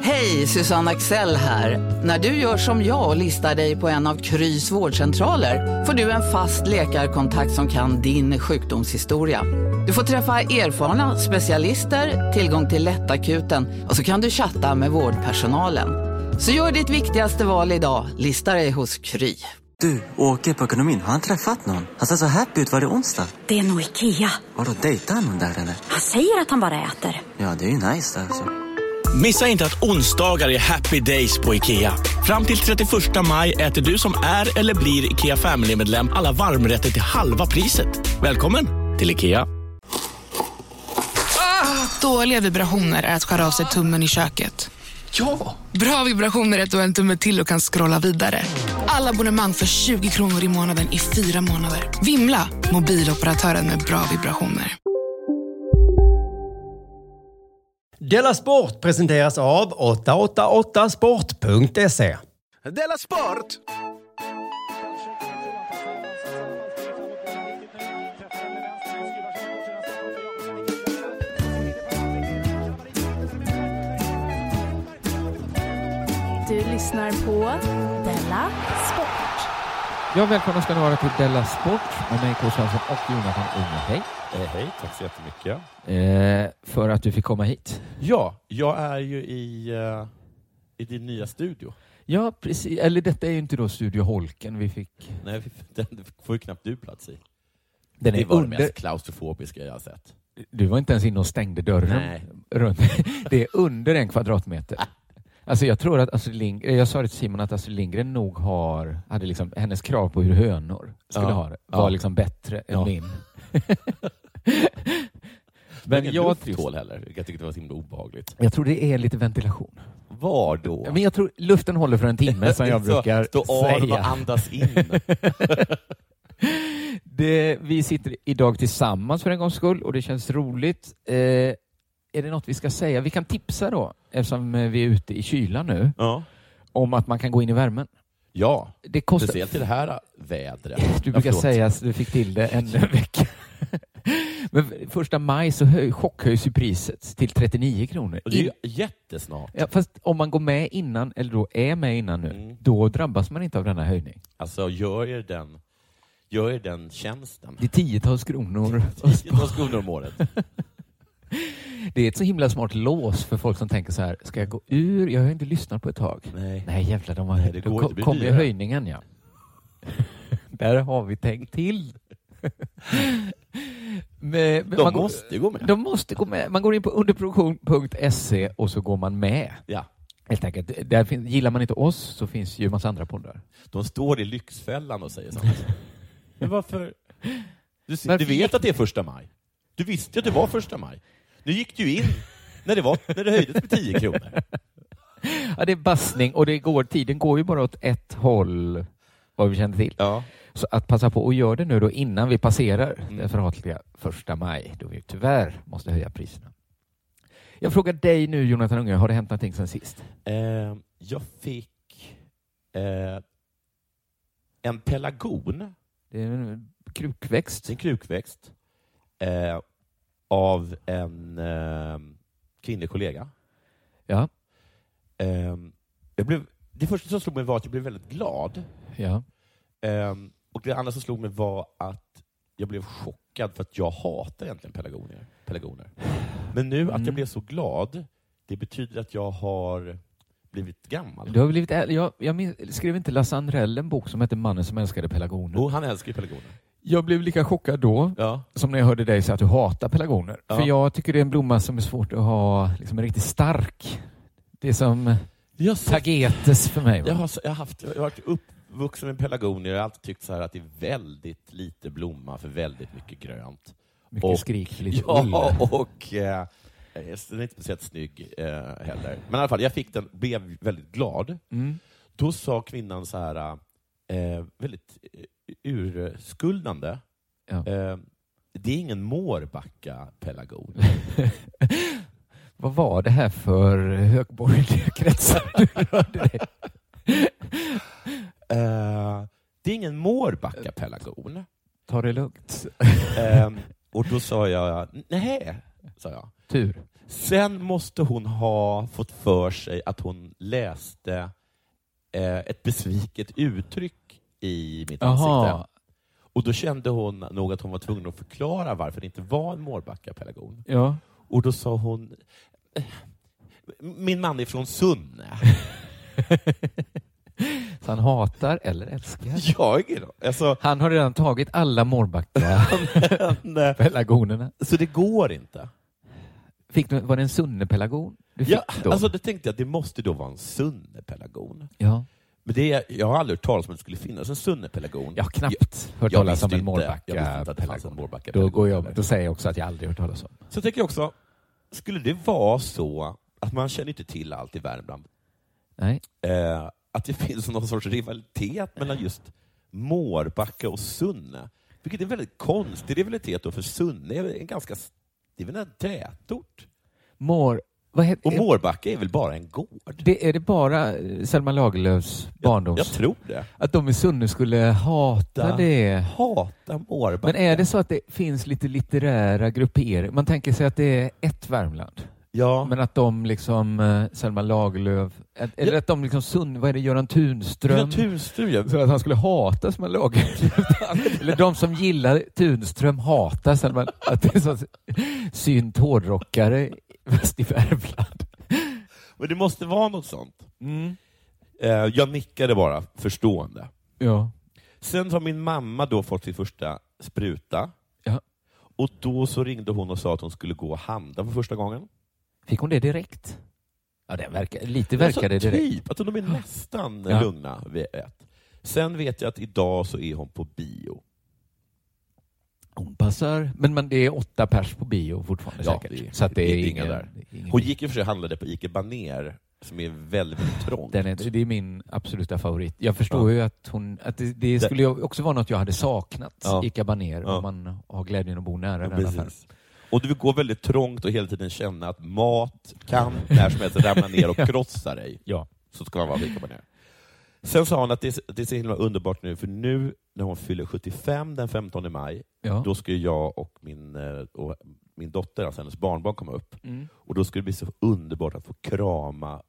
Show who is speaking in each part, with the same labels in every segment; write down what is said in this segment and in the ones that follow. Speaker 1: Hej, Susanne Axel här. När du gör som jag och listar dig på en av Krys vårdcentraler får du en fast läkarkontakt som kan din sjukdomshistoria. Du får träffa erfarna specialister, tillgång till lättakuten och så kan du chatta med vårdpersonalen. Så gör ditt viktigaste val idag, listar dig hos Kry.
Speaker 2: Du, åker på ekonomin. Har han träffat någon? Han ser så happy ut. Var det onsdag?
Speaker 3: Det är nog Ikea.
Speaker 2: Har du dejtat någon där eller?
Speaker 3: Han säger att han bara äter.
Speaker 2: Ja, det är ju nice där alltså.
Speaker 4: Missa inte att onsdagar är happy days på IKEA. Fram till 31 maj äter du som är eller blir IKEA Family-medlem alla varmrätter till halva priset. Välkommen till IKEA.
Speaker 5: Dåliga vibrationer är att skära av sig tummen i köket.
Speaker 6: Ja!
Speaker 5: Bra vibrationer är att du har en tumme till och kan scrolla vidare. Alla abonnemang för 20 kronor i månaden i fyra månader. Vimla! Mobiloperatören med bra vibrationer.
Speaker 7: Della Sport presenteras av 888sport.se.
Speaker 6: Della Sport!
Speaker 8: Du lyssnar på Della Sport.
Speaker 9: Ja, välkomna ska ni vara till Della Sport med mig K. Svensson och Jonathan Unge.
Speaker 10: Eh, hej, tack så jättemycket.
Speaker 9: Hej. Eh, för att du fick komma hit.
Speaker 10: Ja, jag är ju i, eh, i din nya studio.
Speaker 9: Ja, precis. Eller detta är ju inte då Studio Holken vi fick.
Speaker 10: Nej, vi- den får ju knappt du plats i.
Speaker 9: Den
Speaker 10: Det
Speaker 9: är
Speaker 10: var det
Speaker 9: under...
Speaker 10: mest klaustrofobiska jag har sett.
Speaker 9: Du var inte ens inne och stängde dörren.
Speaker 10: Nej.
Speaker 9: Runt. Det är under en kvadratmeter. Alltså jag tror att Astrid Lindgren, eh, jag sa det till Simon att Astrid Lindgren nog har, hade liksom, hennes krav på hur hönor skulle
Speaker 10: Ja.
Speaker 9: ha det var
Speaker 10: Ja.
Speaker 9: liksom bättre
Speaker 10: Ja.
Speaker 9: än min.
Speaker 10: Men
Speaker 9: Men
Speaker 10: ingen
Speaker 9: jag,
Speaker 10: lufthål heller, vilket jag tyckte det var så himla obehagligt.
Speaker 9: jag tror det är lite ventilation.
Speaker 10: Var då?
Speaker 9: Men jag tror luften håller för en timme som jag
Speaker 10: Så,
Speaker 9: brukar
Speaker 10: Stå av och
Speaker 9: säga.
Speaker 10: andas in.
Speaker 9: Det, vi sitter idag tillsammans för en gångs skull och det känns roligt. Eh, är det något vi ska säga? Vi kan tipsa då, eftersom eh, vi är ute i kylan nu,
Speaker 10: ja.
Speaker 9: om att man kan gå in i värmen.
Speaker 10: ja,
Speaker 9: Det kostar...
Speaker 10: speciellt i det här vädret.
Speaker 9: Du
Speaker 10: Ja,
Speaker 9: brukar
Speaker 10: förlåt.
Speaker 9: säga att du fick till det en vecka. Men första maj så höj, chockhöjs ju priset till 39 kronor.
Speaker 10: Och Det är ju
Speaker 9: In-
Speaker 10: jättesnart.
Speaker 9: Ja, fast om man går med innan, eller då är med innan nu,
Speaker 10: Mm.
Speaker 9: då drabbas man inte av denna höjning.
Speaker 10: Alltså, gör er den, gör er den tjänsten.
Speaker 9: Det är tiotals kronor.
Speaker 10: Några skolor om året.
Speaker 9: Det är ett så himla smart lås för folk som tänker så här, ska jag gå ur? Jag har inte lyssnat på ett tag.
Speaker 10: Nej.
Speaker 9: Nej jävlar, de har
Speaker 10: Nej, det
Speaker 9: då
Speaker 10: går
Speaker 9: ko-
Speaker 10: inte, det blir
Speaker 9: kommer ju
Speaker 10: dyrare.
Speaker 9: höjningen ja. Där har vi tänkt till. Men- men
Speaker 10: De
Speaker 9: man går-
Speaker 10: måste gå med.
Speaker 9: De måste gå med. Man går in på underproduktion.se E och så går man med.
Speaker 10: Ja.
Speaker 9: Helt enkelt. Där fin- gillar man inte oss så finns ju massa andra poddar.
Speaker 10: De står i Lyxfällan och säger sånt. Men varför? Du, ser,
Speaker 9: Varför
Speaker 10: du vet att det är första maj. Du visste att det var första maj. Nu gick du in när det, var, när det höjdes med 10 kronor.
Speaker 9: Ja, det är bassning och det går, tiden går ju bara åt ett håll, vad vi känner till.
Speaker 10: Ja.
Speaker 9: Så att passa på och gör det nu då innan vi passerar den förhatliga första maj då vi tyvärr måste höja priserna. Jag frågar dig nu Jonathan Unge, har det hänt någonting sen sist?
Speaker 10: Eh, jag fick eh, en pelargon,
Speaker 9: Det är en krukväxt.
Speaker 10: en krukväxt, eh, av en eh, kvinnlig kollega.
Speaker 9: Ja,
Speaker 10: Eh, jag blev, det första som slog mig var att jag blev väldigt glad.
Speaker 9: ja.
Speaker 10: Ehm, och det andra som slog mig var att jag blev chockad för att jag hatar egentligen pelargoner. pelargoner. Men nu att
Speaker 9: Mm.
Speaker 10: jag blev så glad, det betyder att jag har blivit gammal.
Speaker 9: Du har blivit äldre. Jag, jag min- skrev inte Lasse Andrell en bok som hette Mannen som älskade pelargoner?
Speaker 10: Och han älskar ju pelargoner.
Speaker 9: Jag blev lika chockad då
Speaker 10: Ja.
Speaker 9: som när jag hörde dig säga att du hatar pelargoner.
Speaker 10: Ja.
Speaker 9: För jag tycker det är en blomma som är svårt att ha liksom, en riktigt stark. Det är som
Speaker 10: Jag, har sett-
Speaker 9: tagetes för mig. va?
Speaker 10: jag, har, jag, har haft, jag har varit uppvuxen med pelargoner och jag har alltid tyckt så här att det är väldigt lite blomma för väldigt mycket grönt.
Speaker 9: Mycket
Speaker 10: och-
Speaker 9: skrik, lite
Speaker 10: Ja,
Speaker 9: ull.
Speaker 10: och eh, den är inte speciellt snygg eh, heller. Men i alla fall, jag fick den, blev väldigt glad.
Speaker 9: Mm.
Speaker 10: Då sa kvinnan så här, eh, väldigt eh, urskuldande,
Speaker 9: Ja.
Speaker 10: eh, det är ingen Mårbacka-pelargon.
Speaker 9: Vad var det här för högborgerliga kretsar du rörde dig?
Speaker 10: eh, det är ingen Mårbacka-pelargon.
Speaker 9: Ta det lugnt.
Speaker 10: Ehm, Eh, och då sa jag, nej, sa jag.
Speaker 9: Tur.
Speaker 10: Sen måste hon ha fått för sig att hon läste eh, ett besviket uttryck i mitt
Speaker 9: Jaha.
Speaker 10: ansikte. Och Då kände hon nog att hon var tvungen att förklara varför det inte var en Mårbacka-pelargon.
Speaker 9: Ja.
Speaker 10: Och då sa hon, "Eh, min man är från Sunne.
Speaker 9: Så han hatar eller älskar.
Speaker 10: Jag är alltså,
Speaker 9: Han har redan tagit alla
Speaker 10: nej.
Speaker 9: Mårbacka-pelargonerna.
Speaker 10: Så det går inte.
Speaker 9: Fick du, var det en Sunne-pelargon du fick
Speaker 10: Ja,
Speaker 9: då?
Speaker 10: alltså, då tänkte jag att det måste då vara en Sunne-pelargon.
Speaker 9: ja.
Speaker 10: Men det, jag har aldrig hört talas om att det skulle finnas en Sunne-pelargon.
Speaker 9: Jag har knappt hört
Speaker 10: jag
Speaker 9: talas om
Speaker 10: visste
Speaker 9: en
Speaker 10: inte- jag visste inte att det fanns en
Speaker 9: Mårbacka-pelargon.
Speaker 10: Mårbacka
Speaker 9: Då, går jag,
Speaker 10: heller.
Speaker 9: då säger jag också att jag aldrig hört talas om.
Speaker 10: Så tänker jag också, skulle det vara så att man känner inte till allt i Värmland,
Speaker 9: Nej.
Speaker 10: eh, att det finns någon sorts rivalitet mellan just Mårbacka och Sunne? Vilket är en väldigt konstig rivalitet då, för Sunne är väl en ganska, det är väl en tätort?
Speaker 9: Mår... Vad heter,
Speaker 10: Och Mårbacka är väl bara en gård?
Speaker 9: det, är det bara eh, Selma Lagerlöfs barndoms...
Speaker 10: Jag tror det.
Speaker 9: Att de i Sunne skulle hata
Speaker 10: Hata.
Speaker 9: det.
Speaker 10: Hata Mårbacka.
Speaker 9: Men är det så att det finns lite litterära grupperingar? Man tänker sig att det är ett Värmland.
Speaker 10: Ja.
Speaker 9: Men att de liksom, eh, Selma Lagerlöf, att- eller
Speaker 10: Ja.
Speaker 9: att de liksom, Sun, vad är det, Göran Tunström?
Speaker 10: Naturström, ja.
Speaker 9: Så att han skulle hata Selma Lagerlöf. eller de som gillar Tunström hatar Selma. Att det är så synt hårdrockare fast i Värmland.
Speaker 10: Men det måste vara något sånt.
Speaker 9: Mm.
Speaker 10: Eh, jag nickade bara förstående.
Speaker 9: Ja.
Speaker 10: Sen har min mamma då fått sin första spruta.
Speaker 9: Ja.
Speaker 10: Och Då så ringde hon och sa att hon skulle gå och handla för första gången.
Speaker 9: Fick hon det direkt? Ja, det verkar, lite verkar det
Speaker 10: alltså,
Speaker 9: direkt.
Speaker 10: Typ, att de är nästan
Speaker 9: Ja.
Speaker 10: lugna vid ett. Sen vet jag att idag så är hon på bio.
Speaker 9: Hon passar, men, men det är åtta pers på bio fortfarande
Speaker 10: Ja,
Speaker 9: säkert.
Speaker 10: det är-
Speaker 9: så att det är, ingen,
Speaker 10: där.
Speaker 9: ingen
Speaker 10: Hon gick i och för sig och handlade på Ike Baner som är väldigt trångt.
Speaker 9: Den är, det är min absoluta favorit. Jag förstår ju att, hon, att det, det skulle ju också vara något jag hade saknat,
Speaker 10: Ja.
Speaker 9: Ica Banér,
Speaker 10: Ja.
Speaker 9: om man har glädjen att bo nära den affären.
Speaker 10: Precis. Och du går väldigt trångt och hela tiden känna att mat kan när som helst ramla ner och krossa dig.
Speaker 9: Ja.
Speaker 10: Så ska man vara lika på det. Sen sa hon att det är, så- det är så himla underbart nu, för nu när hon fyller 75 den 15 maj,
Speaker 9: Ja.
Speaker 10: då ska ju jag och min, eh, och min dotter, alltså hennes barnbarn, komma upp.
Speaker 9: Mm.
Speaker 10: Och Då ska det bli så underbart att få krama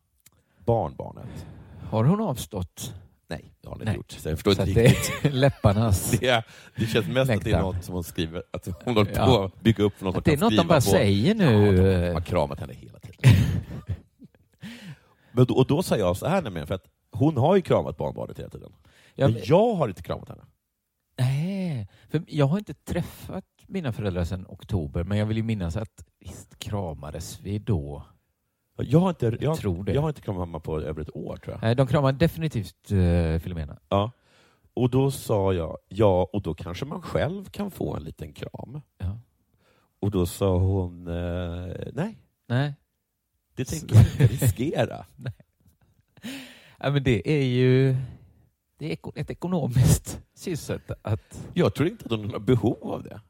Speaker 10: barnbarnet.
Speaker 9: Har hon avstått?
Speaker 10: Nej, det har hon
Speaker 9: Nej.
Speaker 10: inte gjort. Så jag förstår
Speaker 9: Så
Speaker 10: inte
Speaker 9: att
Speaker 10: riktigt.
Speaker 9: det är läpparnas...
Speaker 10: Det, det känns mest att det är
Speaker 9: Längtan.
Speaker 10: något som hon skriver, att hon håller på
Speaker 9: Ja.
Speaker 10: att bygga upp något som
Speaker 9: Att det är
Speaker 10: kan
Speaker 9: något de
Speaker 10: skriva
Speaker 9: bara
Speaker 10: på.
Speaker 9: säger nu.
Speaker 10: Ja, de har kramat henne hela tiden. Men då, och då sa jag så här nämligen, för att hon har ju kramat barnbarnet hela tiden.
Speaker 9: Ja,
Speaker 10: men jag har inte kramat henne.
Speaker 9: Nej, för jag har inte träffat mina föräldrar sedan oktober, men jag vill ju minnas att visst kramades vi då?
Speaker 10: Jag har inte, jag,
Speaker 9: Jag tror det.
Speaker 10: jag har inte kramat mamma på över ett år tror jag.
Speaker 9: Nej, de kramade definitivt eh, Filomena.
Speaker 10: Ja. Och då sa jag, ja, och då kanske man själv kan få en liten kram.
Speaker 9: Ja.
Speaker 10: Och då sa hon, eh, nej,
Speaker 9: Nej.
Speaker 10: det tänker jag inte riskera.
Speaker 9: Ja, men det är ju det är eko- ett ekonomiskt synsätt att
Speaker 10: Jag tror inte att hon har behov av det.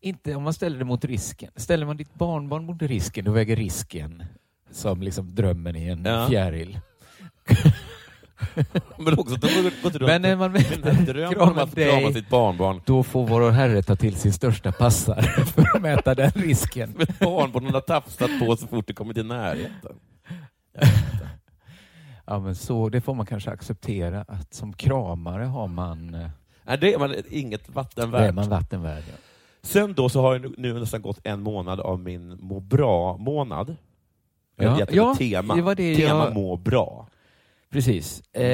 Speaker 9: inte om man ställer det mot risken. Ställer man ditt barnbarn mot risken, då väger risken som liksom drömmen i en
Speaker 10: Ja.
Speaker 9: fjäril.
Speaker 10: Men också att hon har gått runt
Speaker 9: Men när man
Speaker 10: med den här drömmen om
Speaker 9: kramar
Speaker 10: att krama
Speaker 9: dig,
Speaker 10: sitt barnbarn.
Speaker 9: då får vår Herre ta till sin största passar för att mäta den risken.
Speaker 10: Som ett barnbarn hon har tafsat på så fort det kommer till närheten.
Speaker 9: Ja, men så, det får man kanske acceptera att som kramare har man, eh,
Speaker 10: Nej, det är man inget vatten
Speaker 9: då är
Speaker 10: värt.
Speaker 9: man vatten värd. ja.
Speaker 10: Sen då så har jag nu- nu nästan gått en månad av min må bra-månad. Jag
Speaker 9: Ja,
Speaker 10: har gett den
Speaker 9: ja,
Speaker 10: ett tema.
Speaker 9: det var det
Speaker 10: tema
Speaker 9: jag-
Speaker 10: må bra.
Speaker 9: Precis. Eh,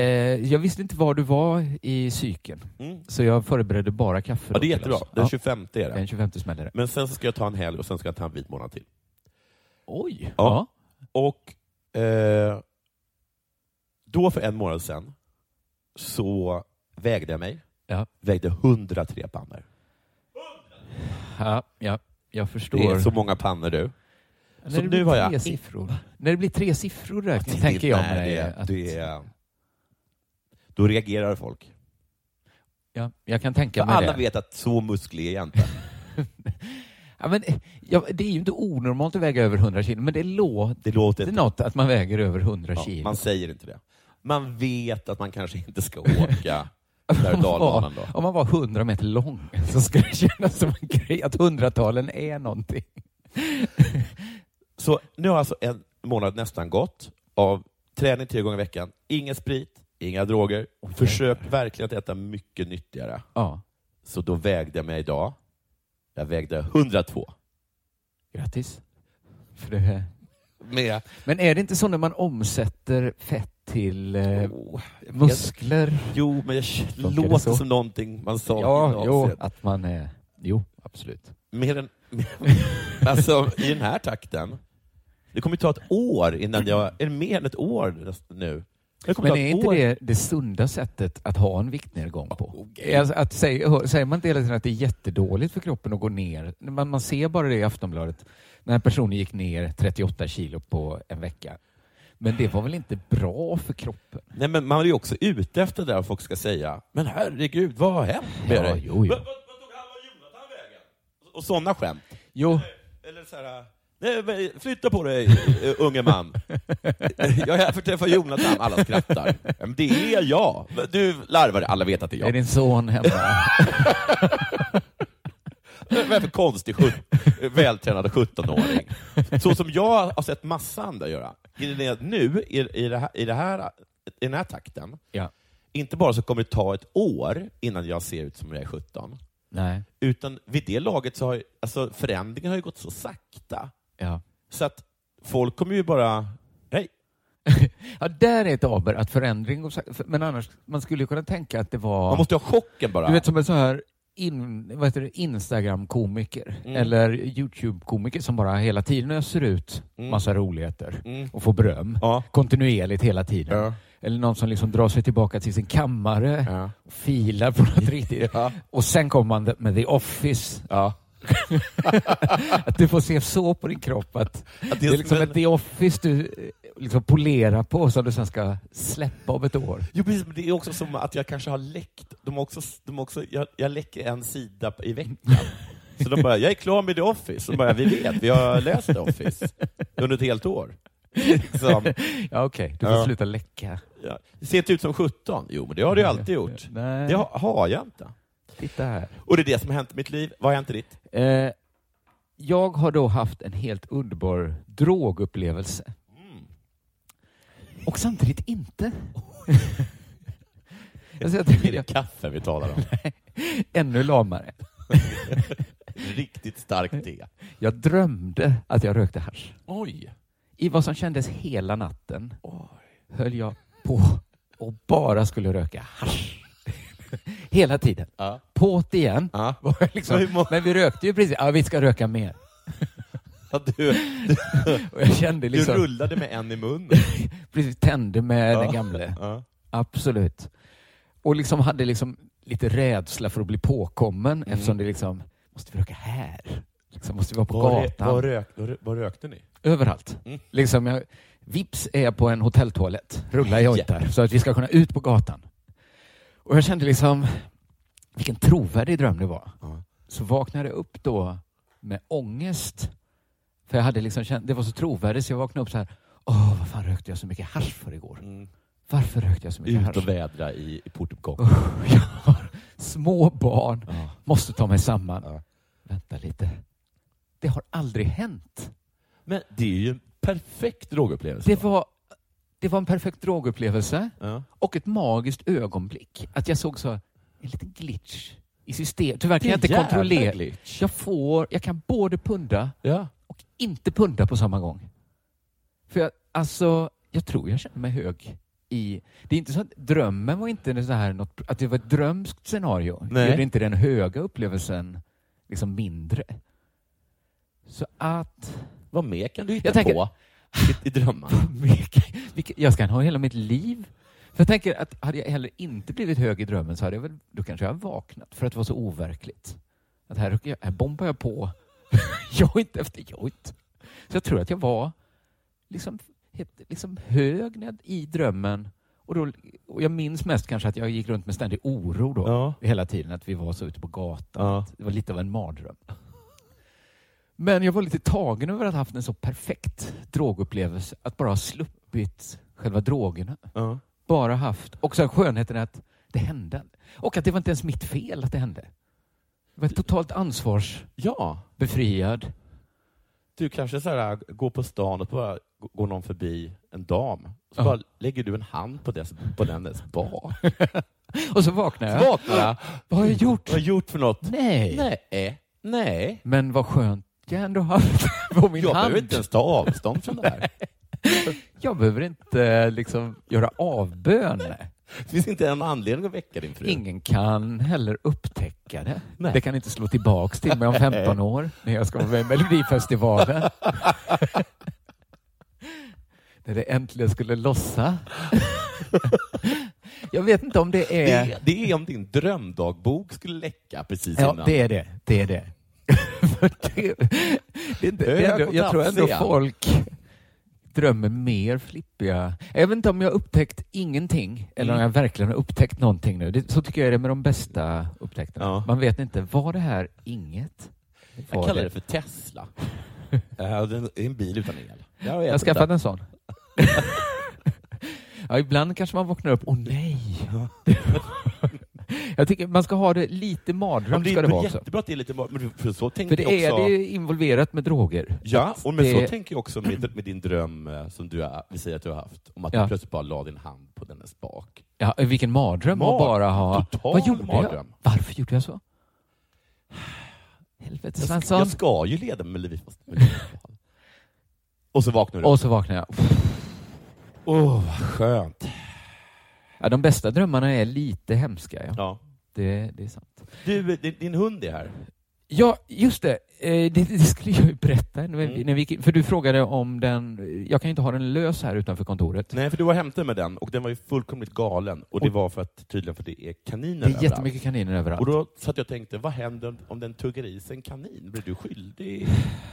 Speaker 9: jag visste inte var du var i cykeln,
Speaker 10: Mm.
Speaker 9: så jag förberedde bara kaffe. då
Speaker 10: Ja, det är
Speaker 9: till
Speaker 10: jättebra.
Speaker 9: oss.
Speaker 10: Den
Speaker 9: Ja,
Speaker 10: 25 är det.
Speaker 9: den 25 smäller det.
Speaker 10: Men sen så ska jag ta en helg och sen ska jag ta en vit månad till.
Speaker 9: Oj!
Speaker 10: Ja. Och eh, då för en månad sen så vägde jag mig.
Speaker 9: Ja.
Speaker 10: Vägde 103 pannor.
Speaker 9: Ja, ja, ja jag förstår.
Speaker 10: Det är så många pannor du.
Speaker 9: När
Speaker 10: så
Speaker 9: det
Speaker 10: nu
Speaker 9: blir
Speaker 10: har
Speaker 9: tre
Speaker 10: jag-
Speaker 9: siffror. När det blir tre siffror där, tänker jag
Speaker 10: Nej,
Speaker 9: mig.
Speaker 10: det,
Speaker 9: att,
Speaker 10: det är, då reagerar folk.
Speaker 9: ja, jag kan tänka
Speaker 10: För
Speaker 9: mig
Speaker 10: alla
Speaker 9: det.
Speaker 10: vet att så musklig är jag inte.
Speaker 9: Ja, men, eh, ja, det är ju inte onormalt att väga över 100 kilo, men det låter
Speaker 10: Det låter
Speaker 9: inte
Speaker 10: inte,
Speaker 9: något att man väger över 100
Speaker 10: ja,
Speaker 9: kilo.
Speaker 10: man säger inte det. Man vet att man kanske inte ska åka där dalbanan då.
Speaker 9: Om man var 100 meter lång så skulle det kännas som en grej att hundratalen är någonting.
Speaker 10: Så nu har alltså en månad nästan gått av träning tre gånger i veckan, ingen sprit, inga droger. Försök verkligen att äta mycket nyttigare.
Speaker 9: Ja.
Speaker 10: Så då vägde jag mig idag. Jag vägde 102.
Speaker 9: Grattis. För det här.
Speaker 10: Med
Speaker 9: Men är det inte så när man omsätter fett till eh, muskler?
Speaker 10: Jo, men jag k-
Speaker 9: Funkar det
Speaker 10: låter
Speaker 9: så?
Speaker 10: som någonting man sa i
Speaker 9: Ja, jo,
Speaker 10: gymnasiet.
Speaker 9: att man är... Jo, absolut.
Speaker 10: Mer än, alltså, I den här takten. Det kommer ta ett år innan jag... Är det mer än ett år nästan nu? Det kommer
Speaker 9: Men
Speaker 10: ta
Speaker 9: är
Speaker 10: ett
Speaker 9: inte
Speaker 10: år. Oh,
Speaker 9: det det sunda sättet att ha en viktnedgång på? Alltså att säga, hör- säger man inte hela tiden att det är jättedåligt för kroppen att gå ner? Man, man ser bara det i Aftonbladet. Den här personen gick ner 38 kilo på en vecka. Men det var väl inte bra för kroppen?
Speaker 10: Nej, men man är ju också ute efter det där folk ska säga. Men herregud, vad har hänt med
Speaker 9: Ja,
Speaker 10: dig?
Speaker 9: jo, jo.
Speaker 10: Vad, vad, vad tog han och Jonathan vägen? Och sådana skämt.
Speaker 9: Jo,
Speaker 10: Eller så här, nej, men flytta på dig eh, unge man. jag är här för att träffa Jonathan. Alla skrattar. Ja, Men det är jag. Men Du larvar dig. Alla vet att det är
Speaker 9: är
Speaker 10: jag.
Speaker 9: din son hemma?
Speaker 10: Vad är för konstig sjut- vältränad 17-åring? Så som jag har sett massa andra göra. I det, nu, i, i, det här, i, det här, i den här takten,
Speaker 9: ja.
Speaker 10: inte bara så kommer det ta ett år innan jag ser ut som jag är 17,
Speaker 9: Nej.
Speaker 10: utan vid det laget så har ju- alltså, förändringen har ju gått så sakta.
Speaker 9: Ja.
Speaker 10: Så att folk kommer ju bara, hej,
Speaker 9: ja, där är ett aber att förändring... Och, så- men annars, man skulle ju kunna tänka att det var...
Speaker 10: man måste ha chocken bara.
Speaker 9: Du vet som en sån här in, vad heter det, Instagram-komiker
Speaker 10: Mm.
Speaker 9: eller Youtube-komiker som bara hela tiden öser ut massa roligheter och får beröm
Speaker 10: Mm. Ja.
Speaker 9: kontinuerligt hela tiden.
Speaker 10: Ja.
Speaker 9: Eller någon som liksom drar sig tillbaka till sin kammare
Speaker 10: Ja.
Speaker 9: och filar på något riktigt. Och sen kommer man med The Office.
Speaker 10: Ja.
Speaker 9: Att du får se så på din kropp att, det är liksom
Speaker 10: en-
Speaker 9: ett The Office du eh, liksom polerar på som du sen ska släppa om ett år.
Speaker 10: Jo, precis, men det är också som att jag kanske har läckt. De har också, de har också, jag, jag läcker en sida i veckan. Så de bara, jag är klar med The Office. Så de bara, vi vet, vi har läst The Office under ett helt år. Liksom,
Speaker 9: Ja, Okej, du får
Speaker 10: Ja.
Speaker 9: sluta läcka.
Speaker 10: ja. Ser inte ut som 17? Jo, men det har du ju alltid gjort.
Speaker 9: Nej.
Speaker 10: Det har, har jag inte.
Speaker 9: Titta här.
Speaker 10: Och det är det som har hänt i mitt liv. Vad har hänt i ditt?
Speaker 9: Eh, jag har då haft en helt underbar drogupplevelse. Och samtidigt inte. jag säger att
Speaker 10: Är
Speaker 9: jag,
Speaker 10: det kaffe vi talar om?
Speaker 9: ännu lamare.
Speaker 10: Riktigt starkt te.
Speaker 9: Jag drömde att jag rökte hasch.
Speaker 10: Oj.
Speaker 9: I vad som kändes hela natten höll jag på och bara skulle röka hasch. hela tiden.
Speaker 10: Ja.
Speaker 9: På't igen.
Speaker 10: Ja.
Speaker 9: Var jag liksom-
Speaker 10: Så hur må-
Speaker 9: Men vi rökte ju precis. Ja, vi ska röka mer.
Speaker 10: Ja, Du, du,
Speaker 9: Och jag kände
Speaker 10: du
Speaker 9: liksom...
Speaker 10: rullade med en i munnen.
Speaker 9: precis tände med den gamle.
Speaker 10: Ja.
Speaker 9: Absolut. Och liksom hade liksom lite rädsla för att bli påkommen
Speaker 10: Mm.
Speaker 9: eftersom det liksom, måste vi röka här? Liksom måste vi vara på
Speaker 10: Var,
Speaker 9: gatan?
Speaker 10: var, rök, var, var rökte ni?
Speaker 9: Överallt.
Speaker 10: Mm.
Speaker 9: Liksom jag, vips är jag på en hotelltoalett, rullar jag ut där så att vi ska kunna ut på gatan. Och jag kände liksom, vilken trovärdig dröm det var.
Speaker 10: Ja.
Speaker 9: Så vaknade jag upp då med ångest. För jag hade liksom känt, det var så trovärdigt så jag vaknade upp så här, åh vad fan rökte jag så mycket hasch för igår?
Speaker 10: Mm.
Speaker 9: Varför rökte jag så mycket
Speaker 10: Ut
Speaker 9: hasch?
Speaker 10: och vädra i, i portuppgången.
Speaker 9: Jag har små barn,
Speaker 10: Ja.
Speaker 9: måste ta mig samman.
Speaker 10: Ja.
Speaker 9: Vänta lite. Det har aldrig hänt.
Speaker 10: Men det är ju en perfekt drogupplevelse.
Speaker 9: Det var, det var en perfekt drogupplevelse
Speaker 10: Ja.
Speaker 9: och ett magiskt ögonblick. Att jag såg så en liten glitch i systemet. Tyvärr kan
Speaker 10: Det är
Speaker 9: jag inte
Speaker 10: jävla
Speaker 9: kontrollera.
Speaker 10: glitch.
Speaker 9: Jag, får, jag kan både punda
Speaker 10: Ja.
Speaker 9: och inte punda på samma gång. För jag, alltså, jag tror jag känner mig hög. I, det är inte så att drömmen var inte så här något, att det var ett drömskt scenario.
Speaker 10: Nej.
Speaker 9: Det gjorde inte den höga upplevelsen liksom mindre. Så att...
Speaker 10: Vad mer kan du hitta
Speaker 9: Jag tänker-
Speaker 10: på i, i drömmar?
Speaker 9: Vilken- vilken- jag ska ha hela mitt liv. För jag tänker att hade jag heller inte blivit hög i drömmen så hade jag väl, då kanske jag hade vaknat för att det var så overkligt. Att här, rycker jag- här bombar jag på joint efter joint. Så jag tror att jag var liksom, helt- liksom hög när jag, i drömmen. Och, då, och jag minns mest kanske att jag gick runt med ständig oro då
Speaker 10: Ja.
Speaker 9: hela tiden. Att vi var så ute på gatan.
Speaker 10: Ja.
Speaker 9: Det var lite av en mardröm. Men jag var lite tagen över att ha haft en så perfekt drogupplevelse. Att bara ha sluppit själva drogerna.
Speaker 10: Ja.
Speaker 9: Bara haft. Och sen skönheten att det hände. Och att det var inte ens mitt fel att det hände. Jag var totalt ansvarsbefriad.
Speaker 10: ja. Du kanske så här, går på stan och bara går någon förbi en dam, så bara lägger du en hand på, dess, på dennes bak.
Speaker 9: Och så vaknar jag.
Speaker 10: Vaknar jag.
Speaker 9: Vad har jag gjort?
Speaker 10: Vad har jag gjort för något?
Speaker 9: Nej.
Speaker 10: Nej. Nej.
Speaker 9: Men vad skönt järn du har haft på min
Speaker 10: Jag
Speaker 9: hand.
Speaker 10: behöver inte ens ta avstånd från det här.
Speaker 9: Jag behöver inte liksom göra avbön.
Speaker 10: Det finns inte en anledning att väcka din fru.
Speaker 9: Ingen kan heller upptäcka det.
Speaker 10: Nej.
Speaker 9: Det kan inte slå tillbaks till mig om 15 år när jag ska vara med i Melodifestivalen. när det äntligen skulle lossa. jag vet inte om det är...
Speaker 10: Det är, det är om din drömdagbok skulle läcka precis
Speaker 9: Ja,
Speaker 10: innan.
Speaker 9: det är det. Det är det. För det, det, är inte- det är
Speaker 10: Hög
Speaker 9: ändå,
Speaker 10: och
Speaker 9: jag tror ändå
Speaker 10: tafsig, ja.
Speaker 9: folk drömmer mer flippiga. Jag vet inte om jag har upptäckt ingenting eller om jag verkligen har upptäckt någonting nu. Det, så tycker jag det är med de bästa upptäckterna.
Speaker 10: Ja.
Speaker 9: Man vet inte, var det här inget?
Speaker 10: Jag
Speaker 9: Var
Speaker 10: kallar det för Tesla. Eh, och det är en bil utan el. Det har
Speaker 9: Jag har
Speaker 10: ätit
Speaker 9: skaffat
Speaker 10: upp.
Speaker 9: en sån. ja, ibland kanske man vaknar upp, åh nej. jag tycker man ska ha det lite
Speaker 10: Ja,
Speaker 9: mardröm.
Speaker 10: men det
Speaker 9: Ska det
Speaker 10: är
Speaker 9: vara också.
Speaker 10: jättebra att det är lite... Men för så
Speaker 9: För
Speaker 10: tänker jag
Speaker 9: det är
Speaker 10: också...
Speaker 9: det ju involverat med droger.
Speaker 10: Ja, och men
Speaker 9: det-
Speaker 10: så tänker jag också med, med din dröm eh, som du har, vi säger att du har haft, om att
Speaker 9: Ja.
Speaker 10: du plötsligt bara la din hand på dennes bak.
Speaker 9: Ja, eh, vilken mardröm
Speaker 10: Mard-
Speaker 9: att bara ha...
Speaker 10: total
Speaker 9: Vad gjorde
Speaker 10: mardröm.
Speaker 9: jag? Varför gjorde jag så? Helvete
Speaker 10: Jag, ska-
Speaker 9: Svensson.
Speaker 10: jag ska ju leda med Melodifestivalen. och så vaknar du.
Speaker 9: Och så vaknade jag.
Speaker 10: Åh, vad skönt.
Speaker 9: Ja, de bästa drömmarna är lite hemska. Ja.
Speaker 10: Ja.
Speaker 9: Det, det är sant.
Speaker 10: Du, eh, din, din hund är här.
Speaker 9: Ja, just det. Eh, Det, det skulle jag ju berätta. När vi,
Speaker 10: Mm.
Speaker 9: när vi, gick in- för du frågade om den... Jag kan ju inte ha den lös här utanför kontoret.
Speaker 10: Nej, för du var hämte med den och den var ju fullkomligt galen. Och det var för att, tydligen för det är kaniner
Speaker 9: Det är
Speaker 10: överallt.
Speaker 9: jättemycket kaniner överallt.
Speaker 10: Och då satt jag och tänkte, vad händer om- om den tuggar i sig en kanin? Blir du skyldig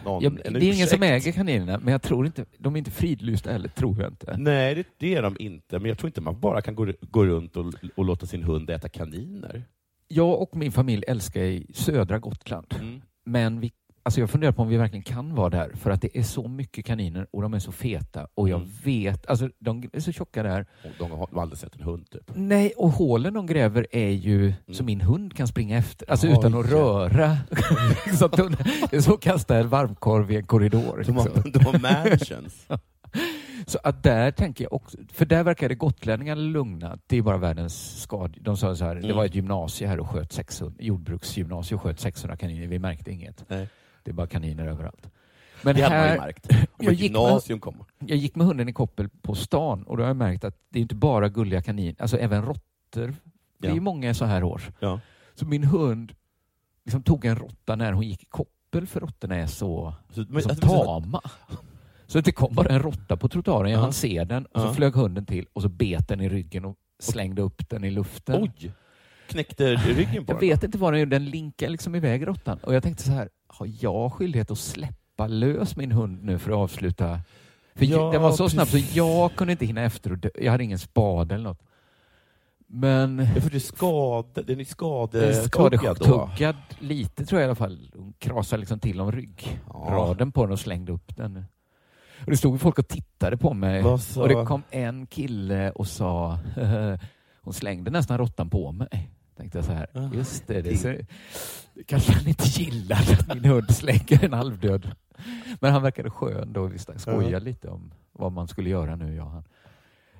Speaker 10: någon
Speaker 9: Ja,
Speaker 10: en
Speaker 9: det är ingen
Speaker 10: ursäkt?
Speaker 9: som äger kaninerna, men jag tror inte... De är inte fridlysta heller, tror jag inte.
Speaker 10: Nej, det, det är de inte. Men jag tror inte man bara kan gå, gå runt och, och låta sin hund äta kaniner.
Speaker 9: Jag och min familj älskar i södra Gotland.
Speaker 10: Mm.
Speaker 9: Men vi, alltså jag funderar på om vi verkligen kan vara där för att det är så mycket kaniner och de är så feta och jag
Speaker 10: Mm.
Speaker 9: vet, alltså de är så tjocka där.
Speaker 10: Och de har de har aldrig sett en hund, typ.
Speaker 9: Nej, och hålen de gräver är ju som min hund kan springa efter, alltså
Speaker 10: Mm. Oj.
Speaker 9: utan att röra. så att hon, det är så att kasta en varmkorv i en korridor.
Speaker 10: De
Speaker 9: Liksom.
Speaker 10: har, de har mansions.
Speaker 9: Så att där tänker jag också, för där verkade gotlänningarna lugna. Det är bara världens skad. De sa så här,
Speaker 10: Mm.
Speaker 9: det var ett gymnasie här och sköt 600, jordbruksgymnasie och sköt 600 kaniner. Vi märkte inget.
Speaker 10: Nej.
Speaker 9: Det är bara kaniner överallt. Men
Speaker 10: Det hade man ju
Speaker 9: här,
Speaker 10: märkt. Om
Speaker 9: jag
Speaker 10: ett
Speaker 9: gick med-
Speaker 10: gymnasium kommer.
Speaker 9: jag gick med hunden i koppel på stan och då har jag märkt att det är inte bara gulliga kaniner, alltså även råttor. Det är
Speaker 10: Ja.
Speaker 9: ju många så här års.
Speaker 10: Ja.
Speaker 9: Så min hund liksom tog en råtta när hon gick i koppel för råttorna är så
Speaker 10: Så, men,
Speaker 9: men, som
Speaker 10: alltså,
Speaker 9: tama. Så att det kom bara en råtta på trottoaren. Jag
Speaker 10: Ja.
Speaker 9: hann se den och så
Speaker 10: Ja.
Speaker 9: flög hunden till och så bet den i ryggen och slängde upp den i luften.
Speaker 10: oj! Knäckte ryggen på
Speaker 9: jag
Speaker 10: den.
Speaker 9: vet inte vad den gjorde. Den linkade liksom iväg råttan. Och jag tänkte så här, har jag skyldighet att släppa lös min hund nu för att avsluta? För
Speaker 10: Ja,
Speaker 9: ju- den var så snabb så
Speaker 10: precis.
Speaker 9: jag kunde inte hinna efter. Och dö. Jag hade ingen spade eller något. Men
Speaker 10: Ja, för du skada, den är skade- tuggad då.
Speaker 9: skadetuggad lite tror jag i alla fall. Hon krasade liksom till om ryggraden på den och slängde upp den. Och det stod ju folk och tittade på mig
Speaker 10: Vad sa-
Speaker 9: och det kom en kille och sa hon slängde nästan råttan på mig. Tänkte jag så här,
Speaker 10: Ah,
Speaker 9: just det, det,
Speaker 10: det-
Speaker 9: ser, det kanske han inte gillar att min hund slänger en halvdöd. Men han verkade skön då, visst han skojade
Speaker 10: Ja.
Speaker 9: lite om vad man skulle göra nu, jag och han.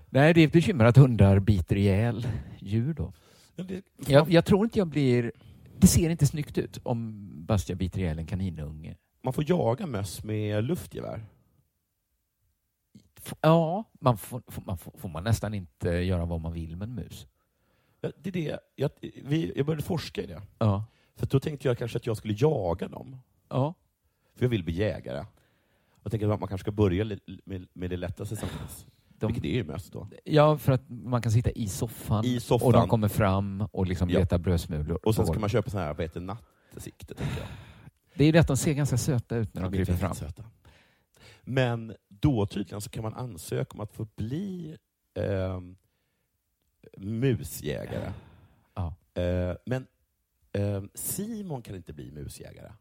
Speaker 9: Nej, det är ett bekymmer att hundar biter ihjäl djur då.
Speaker 10: Men det-
Speaker 9: Jag, jag tror inte jag blir... Det ser inte snyggt ut om Bastia biter ihjäl en kaninunge.
Speaker 10: Man får jaga möss med luftgevär.
Speaker 9: F- Ja, man får, får, man får, får man nästan inte göra vad man vill med en mus.
Speaker 10: Ja, Det är det. Jag, vi, jag började forska i det.
Speaker 9: Ja.
Speaker 10: För då tänkte jag kanske att jag skulle jaga dem.
Speaker 9: ja.
Speaker 10: För jag vill bli jägare. Jag tänker att man kanske ska börja li- med, med det lättaste som finns.
Speaker 9: De-
Speaker 10: Vilket är ju möss då.
Speaker 9: Ja, för att man kan sitta i soffan,
Speaker 10: I soffan.
Speaker 9: och de kommer fram och liksom
Speaker 10: Ja.
Speaker 9: letar brödsmulor.
Speaker 10: Och sen
Speaker 9: på
Speaker 10: ska man
Speaker 9: golvet.
Speaker 10: köpa sån här, vad heter det, nattsikte. tänker jag.
Speaker 9: Det är ju det att de ser ganska söta ut när de
Speaker 10: De är
Speaker 9: kryper fram.
Speaker 10: väldigt söta. Men då tydligen så kan man ansöka om att få bli ehm, musjägare.
Speaker 9: Ja.
Speaker 10: Eh, men ehm, Simon kan inte bli musjägare.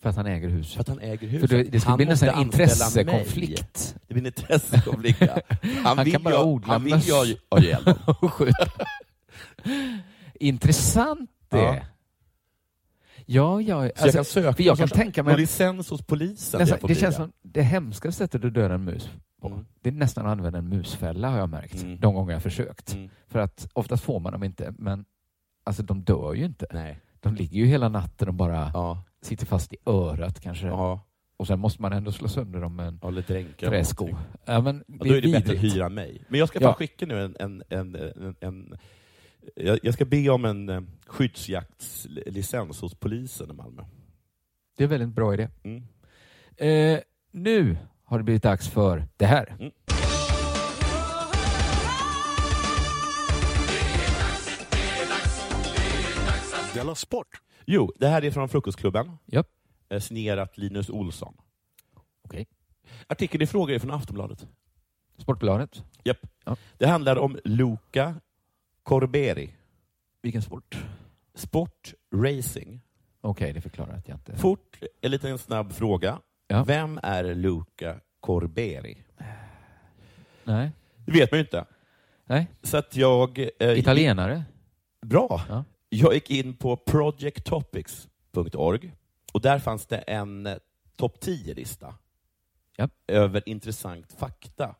Speaker 9: För att han äger
Speaker 10: För
Speaker 9: huset.
Speaker 10: att han äger
Speaker 9: För
Speaker 10: huset.
Speaker 9: det, det skulle
Speaker 10: Han
Speaker 9: bli nästan
Speaker 10: måste
Speaker 9: en
Speaker 10: anställa mig.
Speaker 9: intressekonflikt.
Speaker 10: Det blir en intressekonflikt. ja. Han,
Speaker 9: kan
Speaker 10: vill
Speaker 9: bara
Speaker 10: jag,
Speaker 9: odla
Speaker 10: Han vill
Speaker 9: möss.
Speaker 10: jag ha ihjäl dem.
Speaker 9: och skjuta. Intressant det.
Speaker 10: Ja.
Speaker 9: Ja. Ja, ja. alltså,
Speaker 10: Så jag kan söka
Speaker 9: för jag
Speaker 10: någon
Speaker 9: kan
Speaker 10: sorts-
Speaker 9: tänka mig...
Speaker 10: någon licens hos
Speaker 9: nästan,
Speaker 10: polisen. jag får
Speaker 9: det
Speaker 10: bli
Speaker 9: känns
Speaker 10: där.
Speaker 9: som det hemskaste sättet att döda en mus på,
Speaker 10: Mm.
Speaker 9: det är nästan att använda en musfälla har jag märkt,
Speaker 10: Mm.
Speaker 9: de gånger jag har försökt.
Speaker 10: Mm.
Speaker 9: För att oftast får man dem inte, men alltså de dör ju inte.
Speaker 10: Nej.
Speaker 9: De ligger ju hela natten och bara
Speaker 10: Ja,
Speaker 9: sitter fast i örat kanske.
Speaker 10: ja,
Speaker 9: Och sen måste man ändå slå sönder dem med en
Speaker 10: ja, lite dränka. och
Speaker 9: träsko.
Speaker 10: någonting.
Speaker 9: Ja, men
Speaker 10: Ja,
Speaker 9: det
Speaker 10: då
Speaker 9: är,
Speaker 10: är det bättre att
Speaker 9: vidrigt.
Speaker 10: hyra mig. Men jag ska ta
Speaker 9: Ja.
Speaker 10: skicka nu en... en, en, en, en jag, jag ska be om en eh, skyddsjaktslicens hos polisen i Malmö.
Speaker 9: Det är en väldigt bra idé.
Speaker 10: Mm.
Speaker 9: Eh, nu har det blivit dags för det här.
Speaker 10: Mm.
Speaker 6: Della Sport!
Speaker 10: Jo, det här är från Frukostklubben.
Speaker 9: Japp.
Speaker 10: Eh, Signerat Linus Olsson.
Speaker 9: Okej.
Speaker 10: Artikeln i fråga är från Aftonbladet.
Speaker 9: Sportbladet.
Speaker 10: Japp.
Speaker 9: Ja.
Speaker 10: Det handlar om Luca Corberi.
Speaker 9: Vilken sport?
Speaker 10: Sport racing.
Speaker 9: Okej, det förklarar att jag inte...
Speaker 10: Fort, en liten snabb fråga.
Speaker 9: Ja.
Speaker 10: Vem är Luca Corberi?
Speaker 9: Nej.
Speaker 10: Det vet man ju inte.
Speaker 9: Nej.
Speaker 10: Så att jag... eh,
Speaker 9: Italienare?
Speaker 10: Bra!
Speaker 9: Ja.
Speaker 10: Jag gick in på projecttopics.org och där fanns det en eh, topp 10-lista
Speaker 9: Ja.
Speaker 10: över intressant fakta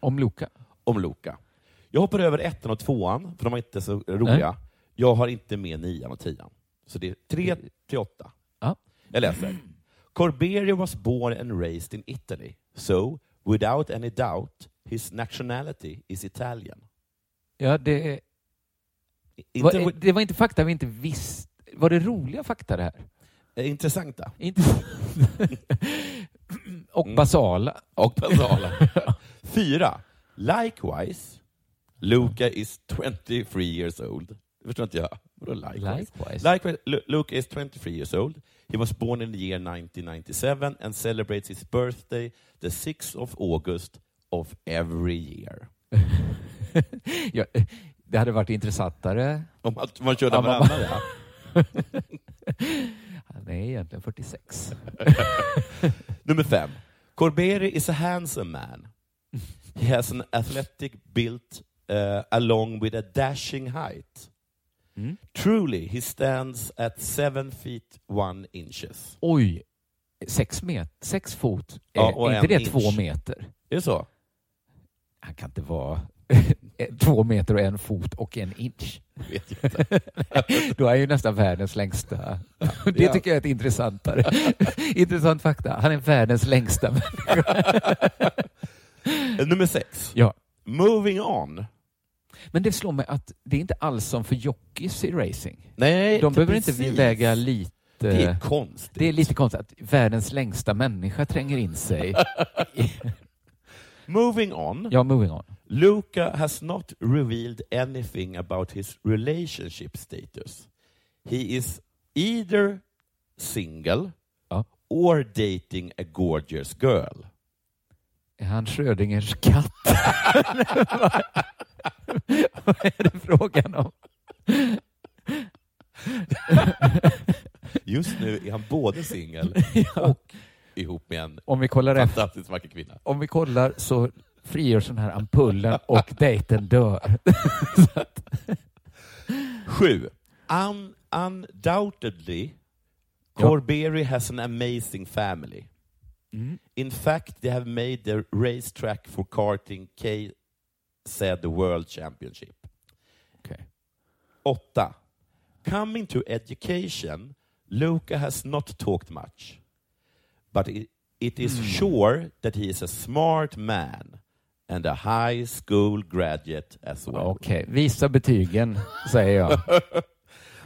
Speaker 9: Om Luka?
Speaker 10: om Luka. Jag hoppar över ettan och tvåan, för de var inte så roliga. Jag har inte med nian och tian. Så det är tre till åtta.
Speaker 9: Ja.
Speaker 10: Jag läser. Corberi was born and raised in Italy, so without any doubt his nationality is Italian.
Speaker 9: Ja, det, är-
Speaker 10: Inte,
Speaker 9: var, det var inte fakta vi inte visste. Var det roliga fakta det här?
Speaker 10: eh, Intressanta.
Speaker 9: Inte... och
Speaker 10: Mm.
Speaker 9: basala.
Speaker 10: och basala. Fyra. Likewise, Luca is 23 years old. Det förstår inte jag. Vadå likewise?
Speaker 9: Likewise.
Speaker 10: Likewise, Lu- Luca is 23 years old. He was born in the year 1997 and celebrates his birthday the 6th of August of every year.
Speaker 9: ja, det hade varit intressantare.
Speaker 10: Om man, man körde
Speaker 9: Ja,
Speaker 10: ja,
Speaker 9: man-
Speaker 10: varannan, ja.
Speaker 9: Han är egentligen 46.
Speaker 10: Nummer fem. Corberi is a handsome man. He has an athletic built uh, along with a dashing height.
Speaker 9: Mm.
Speaker 10: Truly, he stands at seven feet one inches.
Speaker 9: Oj! Sex, met, sex fot, är,
Speaker 10: Ja, och
Speaker 9: är
Speaker 10: en
Speaker 9: inte det
Speaker 10: inch.
Speaker 9: två meter?
Speaker 10: Är det så?
Speaker 9: Han kan inte vara två meter och en fot och en inch.
Speaker 10: Vet jag inte.
Speaker 9: Då är han ju nästan världens längsta.
Speaker 10: det
Speaker 9: Det
Speaker 10: är-
Speaker 9: tycker jag är ett intressantare. Intressant fakta. Han är världens längsta.
Speaker 10: Eh, Nummer sex.
Speaker 9: Ja.
Speaker 10: Moving on.
Speaker 9: Men det slår mig att det är inte alls som för jockeys i racing.
Speaker 10: Nej,
Speaker 9: De behöver
Speaker 10: precis.
Speaker 9: inte väga
Speaker 10: Det
Speaker 9: lite...
Speaker 10: är konstigt.
Speaker 9: Det är lite konstigt att världens längsta människa tränger in sig.
Speaker 10: Moving on.
Speaker 9: Ja, moving on.
Speaker 10: Luca has not revealed anything about his relationship status. He is either single
Speaker 9: Ja.
Speaker 10: or dating a gorgeous girl.
Speaker 9: Är han Schrödingers katt? Vad är det frågan om?
Speaker 10: Just nu är han både singel och ihop med en
Speaker 9: Om vi kollar efter.
Speaker 10: fantastiskt vacker kvinna.
Speaker 9: om vi kollar så frigörs den här ampullen och dejten dör.
Speaker 10: Sju. Un undoubtedly,
Speaker 9: Ja.
Speaker 10: Corberi has an amazing family.
Speaker 9: Mm.
Speaker 10: In fact, they have made the racetrack for karting K said the World Championship.
Speaker 9: Okej.
Speaker 10: Åtta. Coming to education, Luca has not talked much. But it, it is
Speaker 9: Mm.
Speaker 10: sure that he is a smart man and a high school graduate as well.
Speaker 9: Okej, visa betygen, säger jag.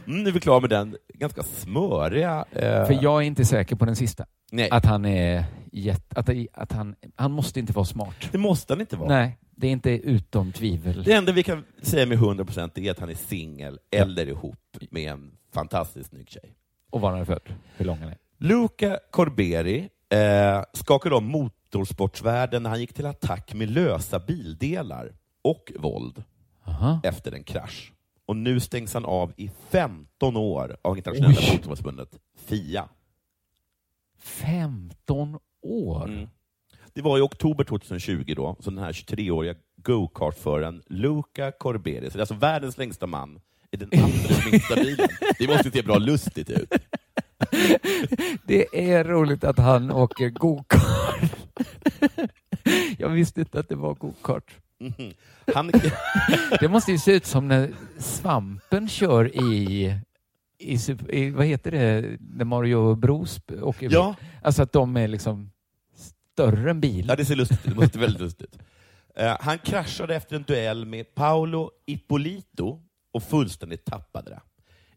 Speaker 10: Mm, nu är vi klara med den ganska smöriga... Eh,
Speaker 9: För jag är inte säker på den sista.
Speaker 10: nej,
Speaker 9: Att han är jätte... Att, att han, han måste inte vara smart.
Speaker 10: det måste han inte vara.
Speaker 9: Nej, det är inte utom tvivel.
Speaker 10: Det enda vi kan säga med 100% är att han är singel eller ihop med en fantastiskt snygg tjej.
Speaker 9: Och var han är född. Hur lång han är.
Speaker 10: Luca Corberi eh, skakade om motorsportsvärlden när han gick till attack med lösa bildelar och våld
Speaker 9: Aha.
Speaker 10: efter en krasch. Och nu stängs han av i 15 år av internationella
Speaker 9: Oj.
Speaker 10: motorsportförbundet FIA.
Speaker 9: 15 år?
Speaker 10: Mm. Det var i oktober 2020 då, som den här 23-åriga go-kartföraren Luca Corberi, så det är alltså världens längsta man, i den allra minsta bilen. Det måste se bra lustigt ut.
Speaker 9: Det är roligt att han åker gokart. Jag visste inte att det var gokart.
Speaker 10: Mhm. Han,
Speaker 9: Det måste ju se ut som när svampen kör i, i, sup- i vad heter det, när Mario Bros åker bil.
Speaker 10: ja,
Speaker 9: Alltså att de är liksom större än
Speaker 10: ja,
Speaker 9: bilar.
Speaker 10: det ser lustigt ut. Det måste väldigt lustigt ut. Eh, Han kraschade efter en duell med Paolo Ippolito och fullständigt tappade det.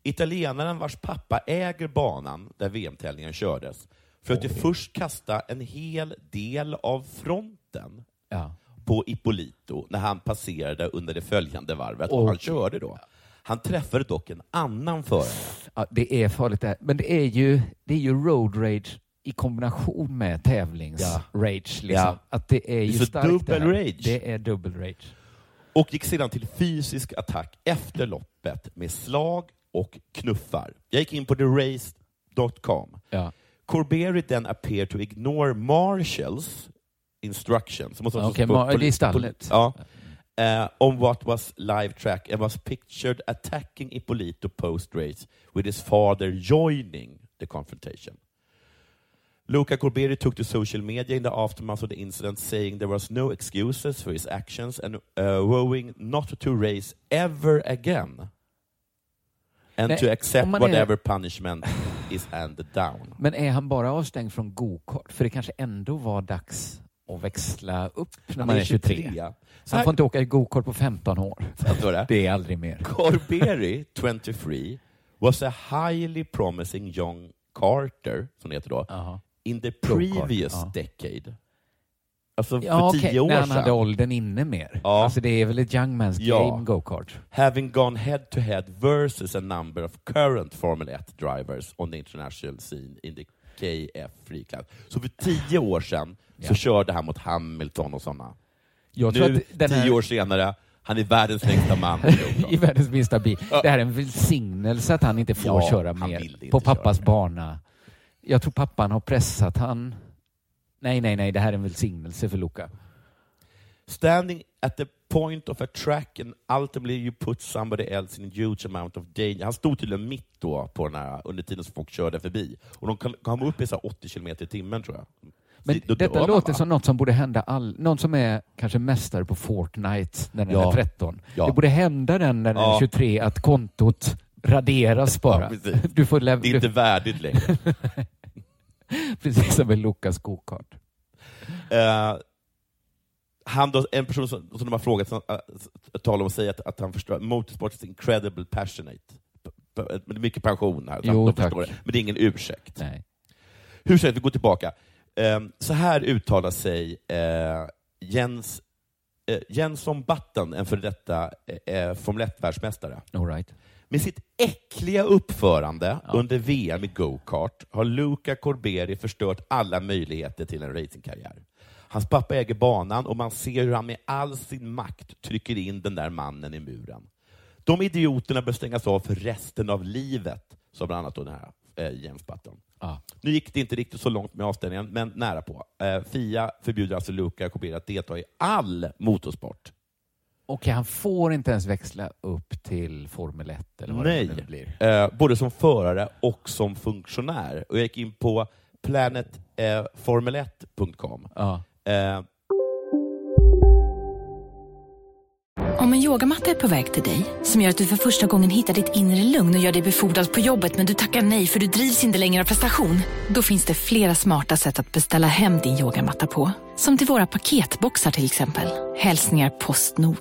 Speaker 10: Italienaren vars pappa äger banan där VM-tävlingen kördes försökte först kasta en hel del av fronten
Speaker 9: Ja.
Speaker 10: på Ippolito när han passerade under det följande varvet och han
Speaker 9: Okej.
Speaker 10: körde då. Han träffade dock en annan förare.
Speaker 9: Ja, det är farligt det här. Men det är ju, det är ju road rage i kombination med tävlings-rage. Liksom.
Speaker 10: Ja.
Speaker 9: Att det är ju
Speaker 10: så
Speaker 9: starkt det här.
Speaker 10: dubbel rage.
Speaker 9: Det är dubbel rage.
Speaker 10: och gick sedan till fysisk attack efter loppet med slag och knuffar. Jag gick in på therace.com.
Speaker 9: Ja.
Speaker 10: Corberry then appeared to ignore Marshalls instructions. Måste
Speaker 9: Okej, Mar- det är stallet.
Speaker 10: Ja. Eh, on what was live track and was pictured attacking Ippolito post-race with his father joining the confrontation. Luca Corberi took to social media in the aftermath of the incident saying there was no excuses for his actions and uh, vowing not to race ever again and
Speaker 9: Nej,
Speaker 10: to accept
Speaker 9: om man är-
Speaker 10: whatever punishment is handed down.
Speaker 9: Men är han bara avstängd från gokart? För det kanske ändå var dags att växla upp när man är 23. Så han får inte åka i gokart på 15 år.
Speaker 10: står det.
Speaker 9: Det är aldrig mer.
Speaker 10: Corberry, 23, was a highly promising young Carter, som det heter då,
Speaker 9: Jaha.
Speaker 10: in the
Speaker 9: Go-kart,
Speaker 10: previous
Speaker 9: ja.
Speaker 10: decade. Alltså
Speaker 9: Ja,
Speaker 10: för tio
Speaker 9: okej,
Speaker 10: år
Speaker 9: när han
Speaker 10: sedan.
Speaker 9: hade åldern inne mer.
Speaker 10: Ja.
Speaker 9: Alltså det är väl ett young man's
Speaker 10: Ja.
Speaker 9: game, go-kart.
Speaker 10: having gone head to head versus a number of current Formel 1 drivers on the international scene in the KF3 class. Så för tio år sedan så
Speaker 9: Ja.
Speaker 10: körde han mot Hamilton och sådana.
Speaker 9: Jag tror
Speaker 10: Nu,
Speaker 9: att den
Speaker 10: tio
Speaker 9: här-
Speaker 10: år senare, han är världens längsta man. i
Speaker 9: I
Speaker 10: Europa.
Speaker 9: världens minsta bil. Det här är en välsignelse att han inte får
Speaker 10: Ja,
Speaker 9: köra
Speaker 10: han vill inte
Speaker 9: mer på pappas
Speaker 10: köra mer.
Speaker 9: bana. Jag tror pappan har pressat han. Nej, nej, nej, det här är en välsignelse för Luca.
Speaker 10: Standing at the point of a track and ultimately you put somebody else in a huge amount of danger. Han stod tydligen mitt då på den här, under tiden som folk körde förbi. Och de kom- kom upp i så här 80 kilometer i timmen tror jag.
Speaker 9: Men
Speaker 10: Så då dör
Speaker 9: detta
Speaker 10: man,
Speaker 9: låter
Speaker 10: va?
Speaker 9: som något som borde hända all... Någon som är kanske mästare på Fortnite när den
Speaker 10: Ja.
Speaker 9: är 13.
Speaker 10: Ja.
Speaker 9: Det borde hända den när den
Speaker 10: Ja.
Speaker 9: är 23 att kontot raderas bara.
Speaker 10: precis.
Speaker 9: du får
Speaker 10: Det är inte
Speaker 9: lämna...
Speaker 10: värdigt längre.
Speaker 9: Precis som med Lucas gokart.
Speaker 10: Eh, han då, en person som, som de har frågat, som, uh, talar om att säga att, att han förstår, motorsport is incredible passionate. P- p- Det är mycket passion här, så
Speaker 9: Jo,
Speaker 10: de
Speaker 9: tack.
Speaker 10: förstår det. men det är ingen ursäkt.
Speaker 9: Nej.
Speaker 10: Hur ska vi gå tillbaka? Eh, så här uttalar sig eh, Jens eh, Jensson Batten, en före detta eh, Formel 1-världsmästare.
Speaker 9: All right.
Speaker 10: Med sitt äckliga uppförande under VM i go-kart har Luca Corberi förstört alla möjligheter till en racingkarriär. Hans pappa äger banan och man ser hur han med all sin makt trycker in den där mannen i muren. De idioterna bör stängas av för resten av livet, sa bland annat då den här eh, Jens Button.
Speaker 9: Ja.
Speaker 10: Nu gick det inte riktigt så långt med avstängningen, men nära på. Eh, Fia förbjuder alltså Luca Corberi att delta i all motorsport.
Speaker 9: Okej, han får inte ens växla upp till Formel 1 eller vad det nu blir.
Speaker 10: Eh, både som förare och som funktionär. Och jag gick in på eh, planetformel1.com.
Speaker 9: Ja.
Speaker 10: Eh,
Speaker 3: Om en yogamatta är på väg till dig, som gör att du för första gången hittar ditt inre lugn och gör dig befordrad på jobbet men du tackar nej för du drivs inte längre av prestation. Då finns det flera smarta sätt att beställa hem din yogamatta på. Som till våra paketboxar till exempel. Hälsningar Postnord.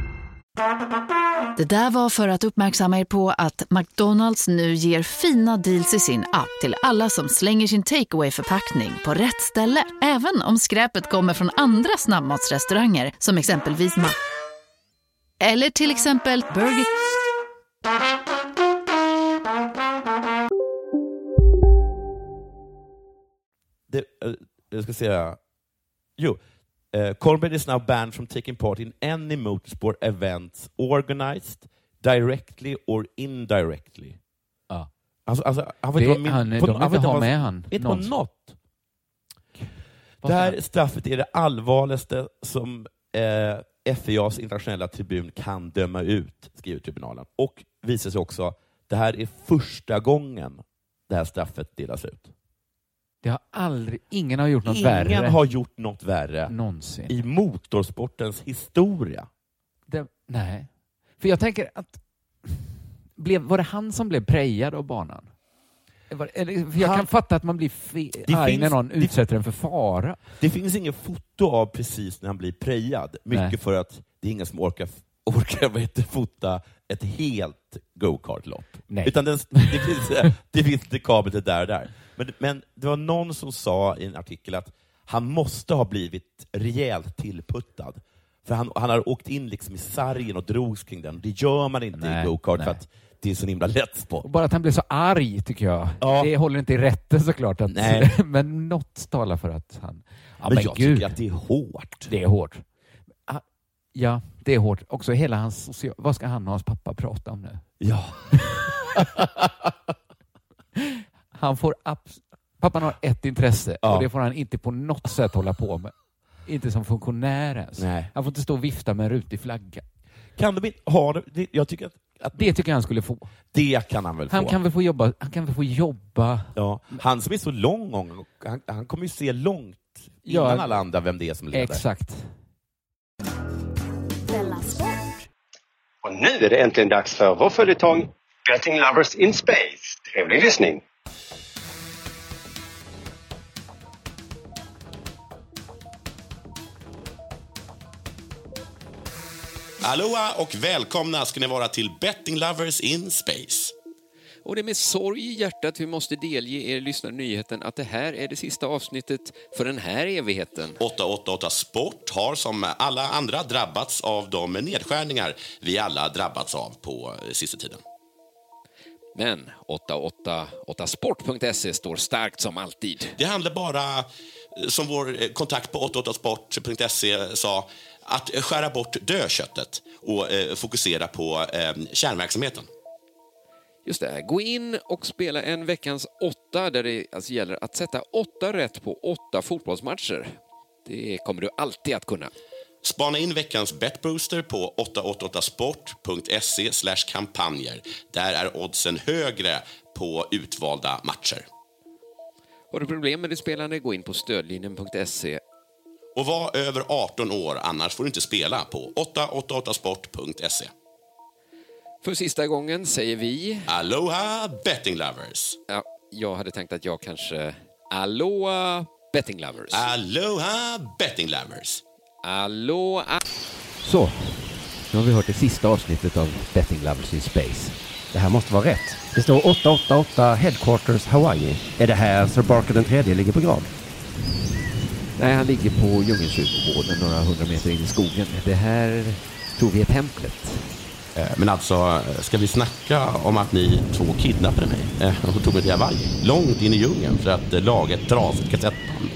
Speaker 11: Det där var för att uppmärksamma er på att McDonalds nu ger fina deals i sin app till alla som slänger sin takeaway förpackning på rätt ställe. Även om skräpet kommer från andra snabbmatsrestauranger som exempelvis Ma... Eller till exempel Burger...
Speaker 10: det, eh, jag ska säga... Jo. Eh, Corbett is now banned from taking part in any motorsport events organized, directly or indirectly.
Speaker 9: Ja.
Speaker 10: Alltså, alltså, han
Speaker 9: Det-
Speaker 10: får inte vara med,
Speaker 9: han- de vill inte ha med han
Speaker 10: Inte på
Speaker 9: någonsin.
Speaker 10: något. Där straffet är det allvarligaste som eh, FIAs internationella tribun kan döma ut, skriver tribunalen. Och visar sig också, det här är första gången det här straffet delas ut.
Speaker 9: Det har aldrig, ingen har gjort något
Speaker 10: Ingen
Speaker 9: värre.
Speaker 10: har gjort något värre
Speaker 9: Någonsin.
Speaker 10: i motorsportens historia.
Speaker 9: Det, nej. För jag tänker att... Blev, var det han som blev prejad av banan? Var, eller, för jag
Speaker 10: Han-
Speaker 9: kan fatta att man blir fe,
Speaker 10: Det
Speaker 9: arg
Speaker 10: finns-
Speaker 9: när någon
Speaker 10: det-
Speaker 9: utsätter en för fara.
Speaker 10: Det finns ingen foto av precis när han blir prejad. Mycket
Speaker 9: Nej.
Speaker 10: för att det är ingen som orkar, orkar vad heter, fota ett helt go-kartlopp.
Speaker 9: Nej.
Speaker 10: Utan den, det finns, eh, det finns dekabeter där och där. Men, men det var någon som sa i en artikel att han måste ha blivit rejält tillputtad. För han, han har åkt in liksom i sargen och drogs kring den. Det gör man inte
Speaker 9: Nej,
Speaker 10: i go-kart för
Speaker 9: nej.
Speaker 10: att det är en sån himla lätt sport.
Speaker 9: Och bara att han blev så arg tycker jag. Det håller inte i rätten såklart. Att,
Speaker 10: Nej.
Speaker 9: men något talar för att han... Ja,
Speaker 10: men, jag tycker att det är hårt.
Speaker 9: Det är hårt. Ah, Ja, det är hårt. Också hela hans social... Vad ska han och hans pappa prata om nu?
Speaker 10: Ja.
Speaker 9: han får abs- Pappan har ett intresse
Speaker 10: Ja.
Speaker 9: och det får han inte på något sätt hålla på med. Inte som funktionär ens.
Speaker 10: Nej.
Speaker 9: Han får inte stå och vifta med en rutig flagga.
Speaker 10: Kan de inte ha det? det- Jag tycker att, att
Speaker 9: Det tycker jag han skulle få.
Speaker 10: det kan han väl
Speaker 9: Han
Speaker 10: få?
Speaker 9: kan väl få jobba, han kan väl få jobba
Speaker 10: Ja, han som är så lång, gång, han, han kommer ju se långt
Speaker 9: Ja.
Speaker 10: innan alla andra vem det är som leder.
Speaker 9: Exakt.
Speaker 8: Della Sport.
Speaker 12: Och nu är det äntligen dags för vår följetong Betting Lovers in Space. Trevlig lyssning!
Speaker 13: Aloha och välkomna ska ni vara till Betting Lovers in Space.
Speaker 14: Och det är med sorg i hjärtat vi måste delge er lyssnare nyheten att det här är det sista avsnittet för den här evigheten.
Speaker 13: 888 Sport har som alla andra drabbats av de nedskärningar vi alla drabbats av på eh, sista tiden.
Speaker 14: Men 888sport.se E står starkt som alltid.
Speaker 13: Det handlar bara, eh, som vår eh, kontakt på 888sport.se sa, att eh, skära bort dödköttet och eh, fokusera på eh, kärnverksamheten.
Speaker 14: Just det, gå in och spela en veckans åtta där det alltså gäller att sätta åtta rätt på åtta fotbollsmatcher. Det kommer du alltid att kunna.
Speaker 13: Spana in veckans betbooster på 888sport.se kampanjer. Där är oddsen högre på utvalda matcher.
Speaker 14: Har du problem med ditt spelande, gå in på stödlinjen.se.
Speaker 13: Och var över 18 år, annars får du inte spela på 888sport.se.
Speaker 14: För sista gången säger vi...
Speaker 13: Aloha betting lovers!
Speaker 14: Ja, jag hade tänkt att jag kanske... Aloha betting lovers.
Speaker 13: Aloha betting lovers!
Speaker 14: Aloha...
Speaker 15: Så, nu har vi hört det sista avsnittet av Betting Lovers in Space. Det här måste vara rätt.
Speaker 16: Det står 888 Headquarters Hawaii. Är det här Sir Barker den tredje ligger på grav?
Speaker 15: Nej, han ligger på djungelkyrkogården några hundra meter in i skogen. Det här tror vi är templet.
Speaker 13: Eh, Men alltså, eh, ska vi snacka om att ni två kidnappade mig eh, och tog mig till Hawaii? Långt in i djungeln för att eh, laga ett trasigt kassettband.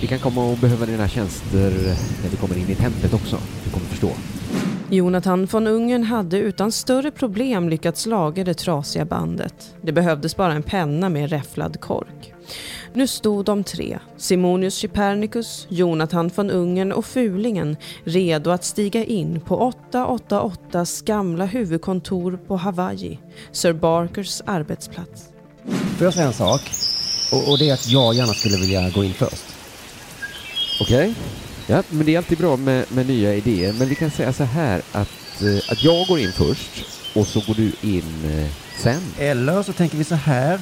Speaker 15: Vi kan komma och behöva dina tjänster när vi kommer in i templet också. Du kommer förstå.
Speaker 17: Jonathan von Ungern hade utan större problem lyckats laga det trasiga bandet. Det behövdes bara en penna med en räfflad kork. Nu stod de tre, Simonius Cypernicus, Jonathan von Ungern och Fulingen, redo att stiga in på 888s gamla huvudkontor på Hawaii, Sir Barkers arbetsplats.
Speaker 16: Får jag säga en sak? Och, och det är att jag gärna skulle vilja gå in först.
Speaker 15: Okej. Ja, men det är alltid bra med, med nya idéer. Men vi kan säga så här att, eh, att jag går in först och så går du in eh, sen.
Speaker 16: Eller så tänker vi så här.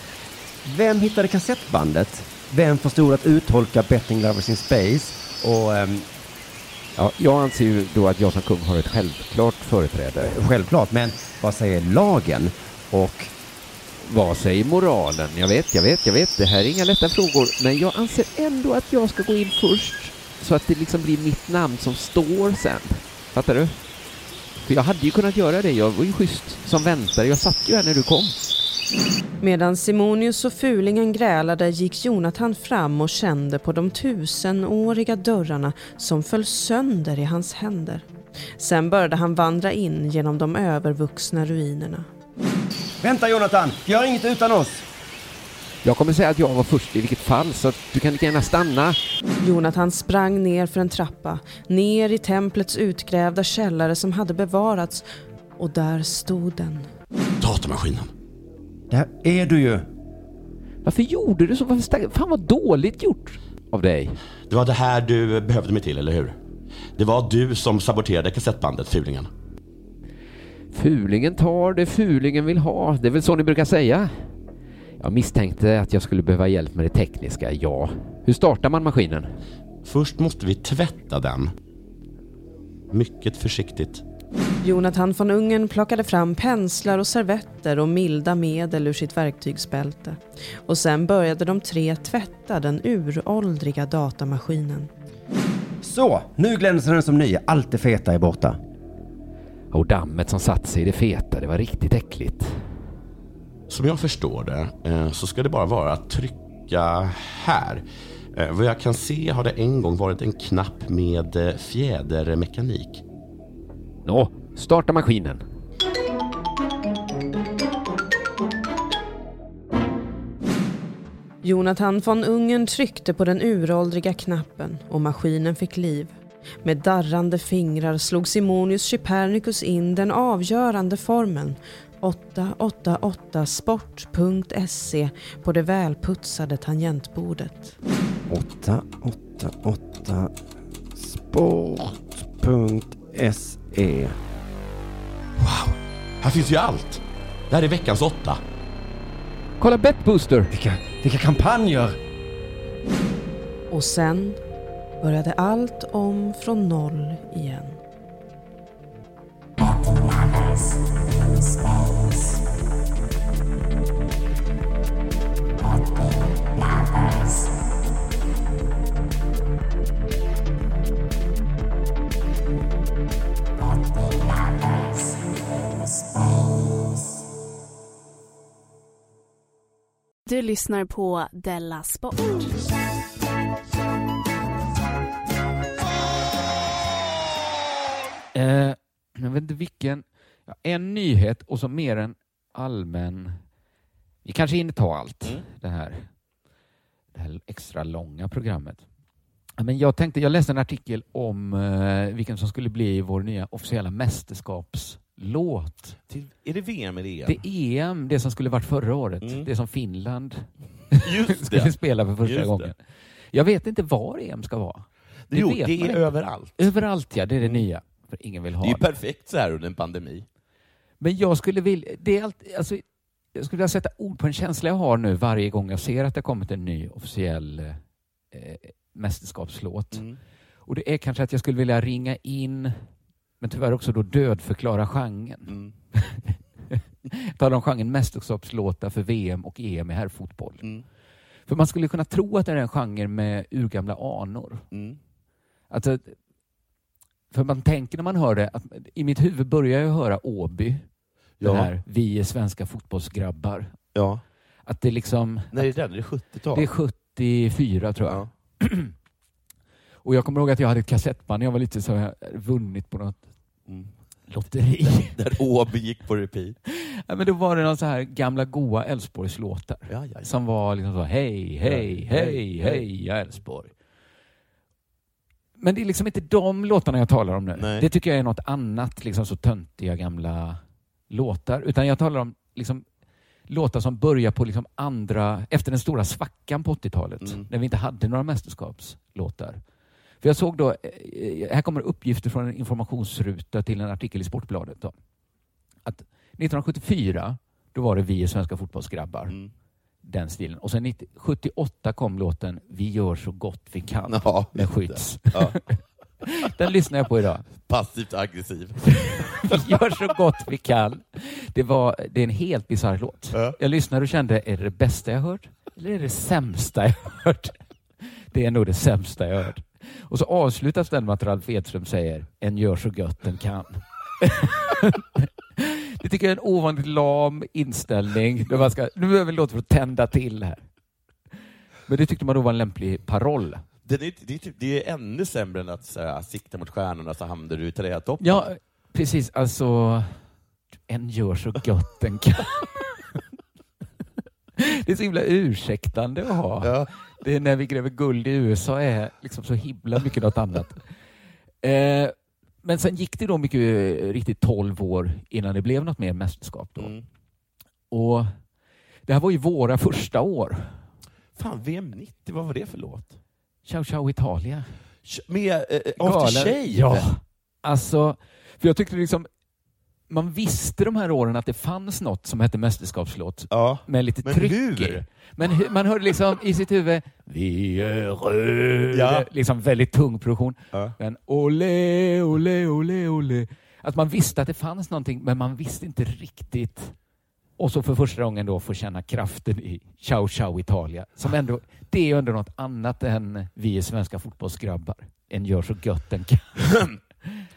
Speaker 16: Vem hittade kassettbandet? Vem förstod att uttolka Betting Lovers in Space? Och... ehm,
Speaker 15: Ja, jag anser ju då att jag som kung har ett självklart företräde.
Speaker 16: Självklart, men vad säger lagen? Och
Speaker 15: vad säger moralen? Jag vet, jag vet, jag vet. Det här är inga lätta frågor. Men jag anser ändå att jag ska gå in först. Så att det liksom blir mitt namn som står sen. Fattar du? För jag hade ju kunnat göra det. Jag var ju schysst som väntare. Jag satt ju här när du kom.
Speaker 17: Medan Simonius och Fulingen grälade gick Jonathan fram och kände på de tusenåriga dörrarna som föll sönder i hans händer. Sen började han vandra in genom de övervuxna ruinerna.
Speaker 16: Vänta Jonathan, gör inget utan oss!
Speaker 15: Jag kommer säga att jag var först i vilket fall, så att du kan lika gärna stanna.
Speaker 17: Jonathan sprang ner för en trappa, ner i templets utgrävda källare som hade bevarats och där stod den.
Speaker 13: Datamaskinen.
Speaker 16: Där är du ju!
Speaker 15: Varför gjorde du så? Varför stack... Fan vad dåligt gjort av dig.
Speaker 13: Det var det här du behövde mig till, eller hur? Det var du som saboterade kassettbandet, fulingen.
Speaker 15: Fulingen tar det fulingen vill ha. Det är väl så ni brukar säga? Jag misstänkte att jag skulle behöva hjälp med det tekniska, ja. Hur startar man maskinen?
Speaker 13: Först måste vi tvätta den. Mycket försiktigt.
Speaker 17: Jonathan von Ungern plockade fram penslar och servetter och milda medel ur sitt verktygsbälte. Och sen började de tre tvätta den uråldriga datamaskinen.
Speaker 16: Så, nu glänser den som ny. Allt det feta är borta.
Speaker 15: Och dammet som satt sig i det feta, det var riktigt äckligt.
Speaker 13: Som jag förstår det eh, så ska det bara vara att trycka här. Eh, Vad jag kan se har det en gång varit en knapp med eh, fjädermekanik.
Speaker 15: Nå, starta maskinen.
Speaker 17: Jonathan von Ungern tryckte på den uråldriga knappen och maskinen fick liv. Med darrande fingrar slog Simonius Chypernicus in den avgörande formeln 888sport.se E på det välputsade tangentbordet.
Speaker 16: 888 sport.se
Speaker 13: Här finns ju allt! Det här är veckans åtta.
Speaker 15: Kolla Betbooster!
Speaker 16: Vilka, vilka kampanjer!
Speaker 17: Och sen började allt om från noll igen.
Speaker 8: Du lyssnar på Della Sport.
Speaker 9: Eh, jag vet inte vilken. Ja, en nyhet och så mer en allmän... Vi kanske hinner ta allt
Speaker 10: Mm.
Speaker 9: det, här, det här extra långa programmet. Ja, Men jag, tänkte, jag läste en artikel om eh, vilken som skulle bli vår nya officiella mästerskapslåt.
Speaker 10: Är det VM eller E EM?
Speaker 9: Det EM, det som skulle varit förra året, det som Finland
Speaker 10: Just
Speaker 9: skulle
Speaker 10: det.
Speaker 9: spela för första
Speaker 10: Just det.
Speaker 9: gången. Jag vet inte var EM ska vara.
Speaker 10: Jo,
Speaker 9: vet
Speaker 10: det
Speaker 9: man
Speaker 10: är
Speaker 9: inte.
Speaker 10: överallt.
Speaker 9: Överallt ja, det är det nya. För ingen vill ha
Speaker 10: Det är ju perfekt så här under en pandemi.
Speaker 9: Men jag skulle vilja, det är allt, alltså, jag skulle vilja sätta ord på en känsla jag har nu varje gång jag ser att det har kommit en ny officiell eh, mästerskapslåt.
Speaker 10: Mm.
Speaker 9: Och det är kanske att jag skulle vilja ringa in, men tyvärr också då dödförklara genren.
Speaker 10: Mm.
Speaker 9: Tala om genren mästerskapslåtar för VM och EM i herrfotboll. För man skulle kunna tro att det är en genre med urgamla anor.
Speaker 10: Mm.
Speaker 9: Alltså, för man tänker när man hör det, att i mitt huvud börjar jag höra Åby.
Speaker 10: Ja.
Speaker 9: Den här, vi är svenska fotbollsgrabbar.
Speaker 10: Ja.
Speaker 9: Att det liksom...
Speaker 10: När är det den? Det är 70-tal?
Speaker 9: Det är 74 tror jag. Och jag kommer ihåg att jag hade ett kassettband när jag var lite så här, vunnit på något lotteri.
Speaker 10: Där Åby gick på repeat.
Speaker 9: Ja, men då var det någon så här gamla goa Älvsborgslåtar som var liksom så hej, hej,
Speaker 10: Ja.
Speaker 9: hej, hej, jag är Älvsborg. Men det är liksom inte de låtarna jag talar om nu.
Speaker 10: Nej.
Speaker 9: Det tycker jag är något annat, liksom så töntiga gamla låtar. Utan jag talar om liksom, låtar som börjar på liksom andra, efter den stora svackan på 80-talet, när vi inte hade några mästerskapslåtar. För jag såg då, eh, här kommer uppgifter från en informationsruta till en artikel i Sportbladet. Då. Att 1974, då var det Vi är svenska fotbollsgrabbar. Den stilen. Och sen 90 78 kom låten Vi gör så gott vi kan
Speaker 10: Ja,
Speaker 9: med
Speaker 10: just det.
Speaker 9: Skydds.
Speaker 10: Ja.
Speaker 9: Den lyssnar jag på idag.
Speaker 10: Passivt aggressiv.
Speaker 9: Vi gör så gott vi kan. Det, var, det är en helt bisarr låt. Jag lyssnade och kände, är det det bästa jag hört? Eller är det det sämsta jag hört? Det är nog det sämsta jag hört. Och så avslutas den med att Ralf Edström säger, en gör så gött den kan. det tycker jag är en ovanligt lam inställning. Där man ska, nu behöver vi en låt för att tända till här. Men det tyckte man då var en lämplig paroll.
Speaker 10: Den är, det, är typ, det är ännu sämre än att så här, sikta mot stjärnorna så hamnar du i trätoppen.
Speaker 9: Ja, precis. Alltså, en gör så gott den kan. Det är så himla ursäktande att ha. Det är när vi gräver guld i USA är liksom så himla mycket något annat. Eh, men sen gick det då mycket eh, riktigt 12 år innan det blev något mer mästerskap. Då.
Speaker 10: Mm.
Speaker 9: Och det här var ju våra första år.
Speaker 10: Fan, VM 90, vad var det för låt?
Speaker 9: Ciao ciao Italia.
Speaker 10: Med eh, After
Speaker 9: Galen-
Speaker 10: Shave?
Speaker 9: Ja. Alltså, för jag tyckte liksom man visste de här åren att det fanns något som hette mästerskapslåt med lite
Speaker 10: men
Speaker 9: tryck i.
Speaker 10: hur?
Speaker 9: Men hur? Man hörde liksom i sitt huvud Vi är röda.
Speaker 10: Ja.
Speaker 9: Liksom väldigt tung produktion. Men ole, ole, ole, ole. Att man visste att det fanns någonting, men man visste inte riktigt. Och så för första gången då få känna kraften i Ciao Ciao Italia. Som ändå, det är ju ändå något annat än vi är svenska fotbollsgrabbar. En gör så gött den kan.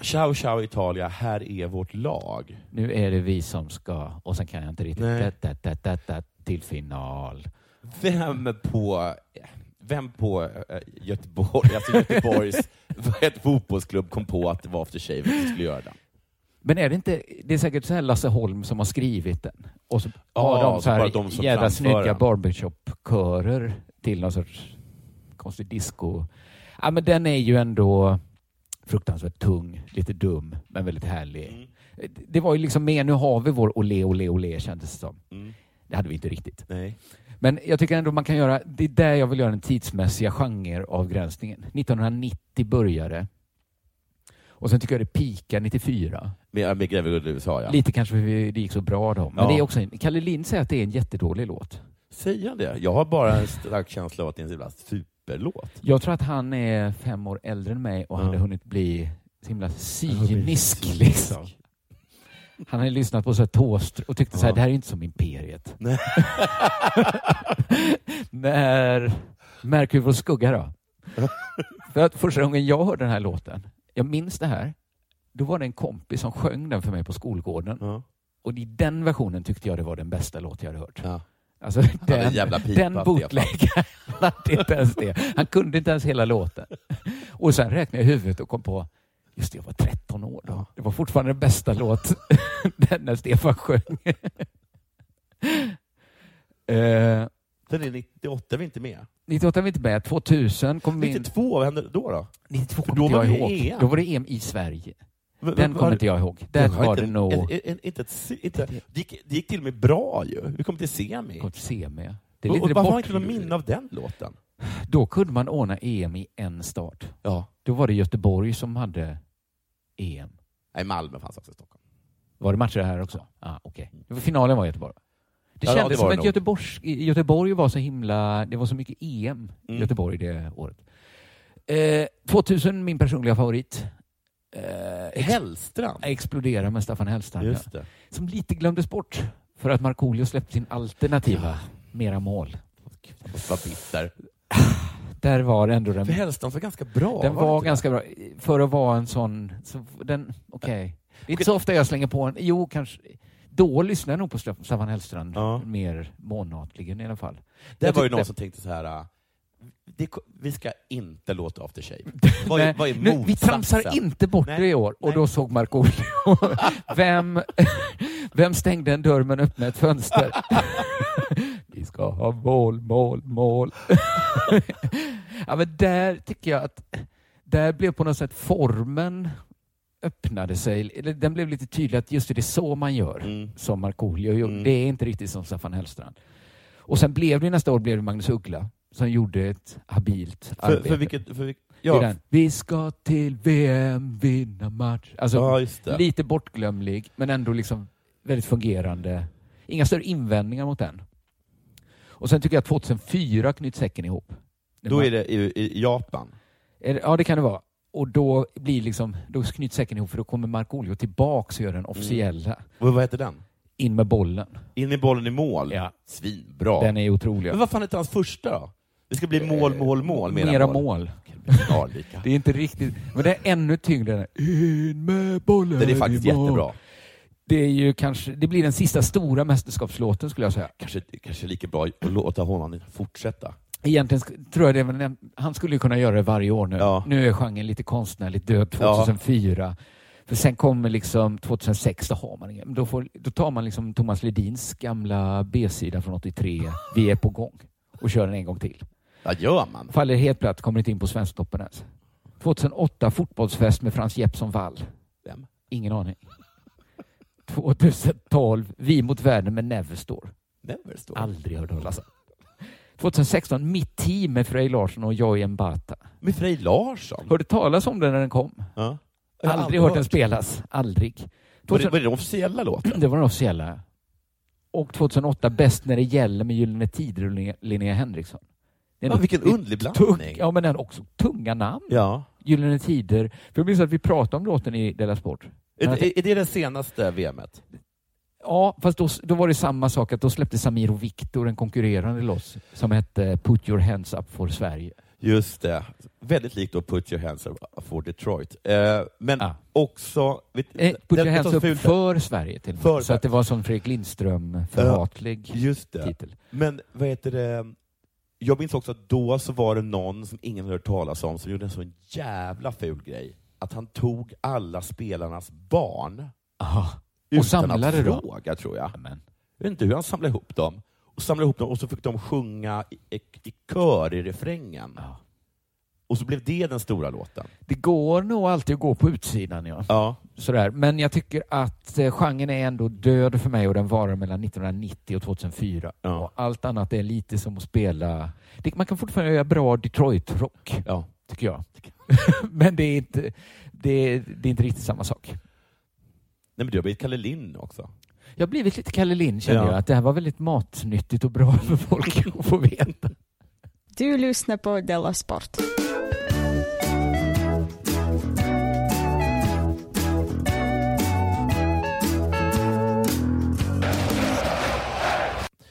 Speaker 10: Ciao ciao Italia, här är vårt lag.
Speaker 9: Nu är det vi som ska, och sen kan jag inte riktigt,
Speaker 10: Nej.
Speaker 9: da, da, da, da, till final.
Speaker 10: Vem på, vem på eh, Göteborg, alltså Göteborgs vad heter fotbollsklubb kom på att det var After Shave som skulle göra den?
Speaker 9: Men är det inte, det är säkert så här Lasse Holm som har skrivit den. Och så har
Speaker 10: Ja,
Speaker 9: de så
Speaker 10: så
Speaker 9: här
Speaker 10: bara de som
Speaker 9: jävla
Speaker 10: framför
Speaker 9: snygga
Speaker 10: den.
Speaker 9: barbershop-körer till någon sorts konstig disco. Ja, men den är ju ändå fruktansvärt tung, lite dum, men väldigt härlig.
Speaker 10: Mm.
Speaker 9: Det var ju liksom mer, nu har vi vår olé, olé, olé kändes det som.
Speaker 10: Mm.
Speaker 9: Det hade vi inte riktigt. Men jag tycker ändå man kan göra, det är där jag vill göra den tidsmässiga genreavgränsningen. 1990 började. Och sen tycker jag det pikar 94.
Speaker 10: Med, med Gräve Guld i USA ja.
Speaker 9: Lite kanske för vi- det gick så bra då. Men
Speaker 10: Ja.
Speaker 9: det är också en, Kalle Lind säger att det är en jättedålig låt.
Speaker 10: Säger han det? Jag har bara en stark känsla av att det är en jävla superlåt.
Speaker 9: Jag tror att han är fem år äldre än mig och han hade hunnit bli så himla cynisk. Liksom. Han hade lyssnat på så här Thåström och tyckte så här, det här är inte som Imperiet. När Märker vi vår skugga då? För att första gången jag hörde den här låten, jag minns det här, då var det en kompis som sjöng den för mig på skolgården. Och i den versionen tyckte jag det var den bästa låt jag hade hört. Alltså,
Speaker 10: hade
Speaker 9: den,
Speaker 10: en jävla pipa,
Speaker 9: den
Speaker 10: Stefan.
Speaker 9: bootleggaren hade inte ens det. Han kunde inte ens hela låten. Och sen räknade jag i huvudet och kom på, just det, jag var 13 år då. Det var fortfarande den bästa låt, den när Stefan sjöng. Eh,
Speaker 10: Den är 98, är vi inte med?
Speaker 9: 98 var vi inte med, 2000 kom vi in.
Speaker 10: 92, vad hände då? då?
Speaker 9: 92
Speaker 10: För
Speaker 9: kommer
Speaker 10: då
Speaker 9: inte
Speaker 10: var
Speaker 9: jag
Speaker 10: det
Speaker 9: ihåg.
Speaker 10: EM.
Speaker 9: Då var det EM i Sverige.
Speaker 10: Men-
Speaker 9: den
Speaker 10: men
Speaker 9: kommer inte jag ihåg. Där
Speaker 10: Det
Speaker 9: var det
Speaker 10: en-
Speaker 9: nog...
Speaker 10: en- en- inte ett se- inte- Det gick- det gick till och med bra ju. Vi kom till semi.
Speaker 9: kom till semi. ja. Det
Speaker 10: och,
Speaker 9: lite
Speaker 10: och varför har
Speaker 9: bort
Speaker 10: inte något
Speaker 9: nu.
Speaker 10: minne av den låten?
Speaker 9: Då kunde man ordna EM i en stad.
Speaker 10: Ja.
Speaker 9: Då var det Göteborg som hade E EM.
Speaker 10: Nej, Malmö fanns också i Stockholm.
Speaker 9: Var det matcher här också? Ah, okej. Det var- Finalen var i Göteborg. Det
Speaker 10: Ja, det
Speaker 9: kändes
Speaker 10: var
Speaker 9: som
Speaker 10: det
Speaker 9: att
Speaker 10: nog.
Speaker 9: Göteborgs, Göteborg var så himla... Det var så mycket EM i
Speaker 10: Mm.
Speaker 9: Göteborg det året. Eh, 2000, min personliga favorit. Eh,
Speaker 10: Hellstrand?
Speaker 9: Explodera med Staffan Hellstrand.
Speaker 10: Just
Speaker 9: ja.
Speaker 10: det.
Speaker 9: Som lite glömdes bort för att Markoolio släppte sin alternativa Mera mål.
Speaker 10: Vad bitter.
Speaker 9: Där var det ändå den...
Speaker 10: För Hellstrand var ganska bra.
Speaker 9: Den
Speaker 10: det
Speaker 9: var
Speaker 10: inte
Speaker 9: ganska bra. För att vara en sån... Så den, okej. Det är inte så ofta jag slänger på en... Jo, kanske... Då lyssnar jag nog på Staff- Staffan Hellstrand mer månatligen i alla fall.
Speaker 10: det?
Speaker 9: Jag
Speaker 10: Det var ju
Speaker 9: tyckte-
Speaker 10: någon som tänkte så här. äh, Det, ko- vi ska inte låta After Shave. Vad är,
Speaker 9: Nej,
Speaker 10: vad är
Speaker 9: nu,
Speaker 10: motsatsen?
Speaker 9: vi tramsar inte bort det i år. Och då såg Markoolio vem, vem stängde en dörr men öppnade ett fönster. vi ska ha mål, mål, mål. ja, men där tycker jag att där blev på något sätt formen öppnade sig. Eller Den blev lite tydlig att just det, det är så man gör
Speaker 10: Mm.
Speaker 9: som Markoolio gjorde. Det är inte riktigt som Staffan Hellstrand. Och sen blev det nästa år blev det Magnus Uggla som gjorde ett habilt
Speaker 10: För,
Speaker 9: arbete.
Speaker 10: för vilket... För vilket
Speaker 9: Det är den. Vi ska till VM vinna match. Alltså,
Speaker 10: Ja, just det.
Speaker 9: lite bortglömlig, men ändå liksom väldigt fungerande. Inga större invändningar mot den. Och sen tycker jag att 2004 knyts säcken ihop.
Speaker 10: Då är det i, i Japan.
Speaker 9: Är det- Ja, det kan det vara. Och då, blir liksom, då knyts säcken ihop för då kommer Markoolio tillbaks och gör den officiella.
Speaker 10: Och vad heter den?
Speaker 9: In med bollen.
Speaker 10: In i bollen i mål.
Speaker 9: Ja.
Speaker 10: Svinbra.
Speaker 9: Den är otrolig.
Speaker 10: Men vad fan heter hans första då? Det ska bli mål, mål, mål.
Speaker 9: Mera mål.
Speaker 10: Snarlika.
Speaker 9: Det är inte riktigt... Men det är ännu tyngre. än den här, In med bollen
Speaker 10: Den är faktiskt
Speaker 9: i mål."
Speaker 10: jättebra.
Speaker 9: Det, är ju kanske, det blir den sista stora mästerskapslåten skulle jag säga.
Speaker 10: Kanske, kanske lika bra att låta honom fortsätta.
Speaker 16: Egentligen sk- tror jag det, var en- han skulle ju kunna göra det varje år nu. Nu är genren lite konstnärligt död
Speaker 10: Ja.
Speaker 16: 2004. För sen kommer liksom 2006, då har man ingen. Då, får, då tar man liksom Thomas Ledins gamla B-sida från 83, Vi är på gång, och kör den en gång till.
Speaker 10: Ja, gör man?
Speaker 16: Faller helt platt, kommer inte in på Svensktoppen ens. 2008, fotbollsfest med Frans Jeppsson Wall.
Speaker 10: Vem?
Speaker 16: Ingen aning. 2012, Vi mot världen med Neverstore.
Speaker 10: Neverstore?
Speaker 16: Aldrig hört talas om. 2016, Mitt team med Frej Larsson och Joy Mbata.
Speaker 10: Med Frej Larsson?
Speaker 16: Hörde talas om den när den kom.
Speaker 10: Ja. Jag har
Speaker 16: Aldrig,
Speaker 10: aldrig
Speaker 16: hört,
Speaker 10: hört.
Speaker 16: den
Speaker 9: Alltså,
Speaker 16: spelas. Aldrig.
Speaker 10: Var det- var det den officiella låten?
Speaker 16: Det var den officiella. Och 2008, Bäst när det gäller med Gyllene Tider och Linnea- Linnea Henriksson. Det är
Speaker 10: Ja,
Speaker 16: nog-
Speaker 10: vilken
Speaker 16: det är
Speaker 10: underlig
Speaker 16: tung-
Speaker 10: blandning.
Speaker 16: Ja, men den har också tunga namn.
Speaker 10: Ja.
Speaker 16: Gyllene Tider. För jag minns att vi pratade om låten i Della Sport.
Speaker 10: Är,
Speaker 16: Men jag
Speaker 10: är, är det det senaste VMet?
Speaker 16: Ja, fast då, då var det samma sak att då släppte Samir och Viktor en konkurrerande loss som hette Put your hands up for Sverige.
Speaker 10: Just det. Väldigt likt då Put your hands up for Detroit. Eh, men också... Vet,
Speaker 16: Ah. Eh, Put your
Speaker 10: den-
Speaker 16: hands
Speaker 10: den-
Speaker 16: up
Speaker 10: fult-
Speaker 16: för Sverige till och
Speaker 10: För
Speaker 16: med. Så att det var som Fredrik Lindström, förhatlig
Speaker 10: Ja, just det.
Speaker 16: titel.
Speaker 10: Men vad heter det? Jag minns också att då så var det någon som ingen hade hört talas om som gjorde en sån jävla ful grej. Att han tog alla spelarnas barn. Utan
Speaker 16: Och samlade
Speaker 10: att
Speaker 16: dem.
Speaker 10: fråga, tror jag. Jag vet inte hur han samlade ihop dem. Och samlade ihop dem och så fick de sjunga i, i, i kör i refrängen. Och så blev det den stora låten.
Speaker 16: Det går nog alltid att gå på utsidan. Ja.
Speaker 10: Ja.
Speaker 16: Sådär. Men jag tycker att eh, genren är ändå död för mig och den varar mellan 1990 och 2004. Och allt annat är lite som att spela... Det, man kan fortfarande göra bra Detroit-rock, tycker jag. men det är, inte, det, är, det är inte riktigt samma sak.
Speaker 10: Nej, men du har blivit Kalle Lind också.
Speaker 16: Jag har blivit lite Kalle Lind, känner
Speaker 10: Ja.
Speaker 16: jag. Att det här var väldigt matnyttigt och bra för folk att få veta.
Speaker 11: Du lyssnar på Della Sport.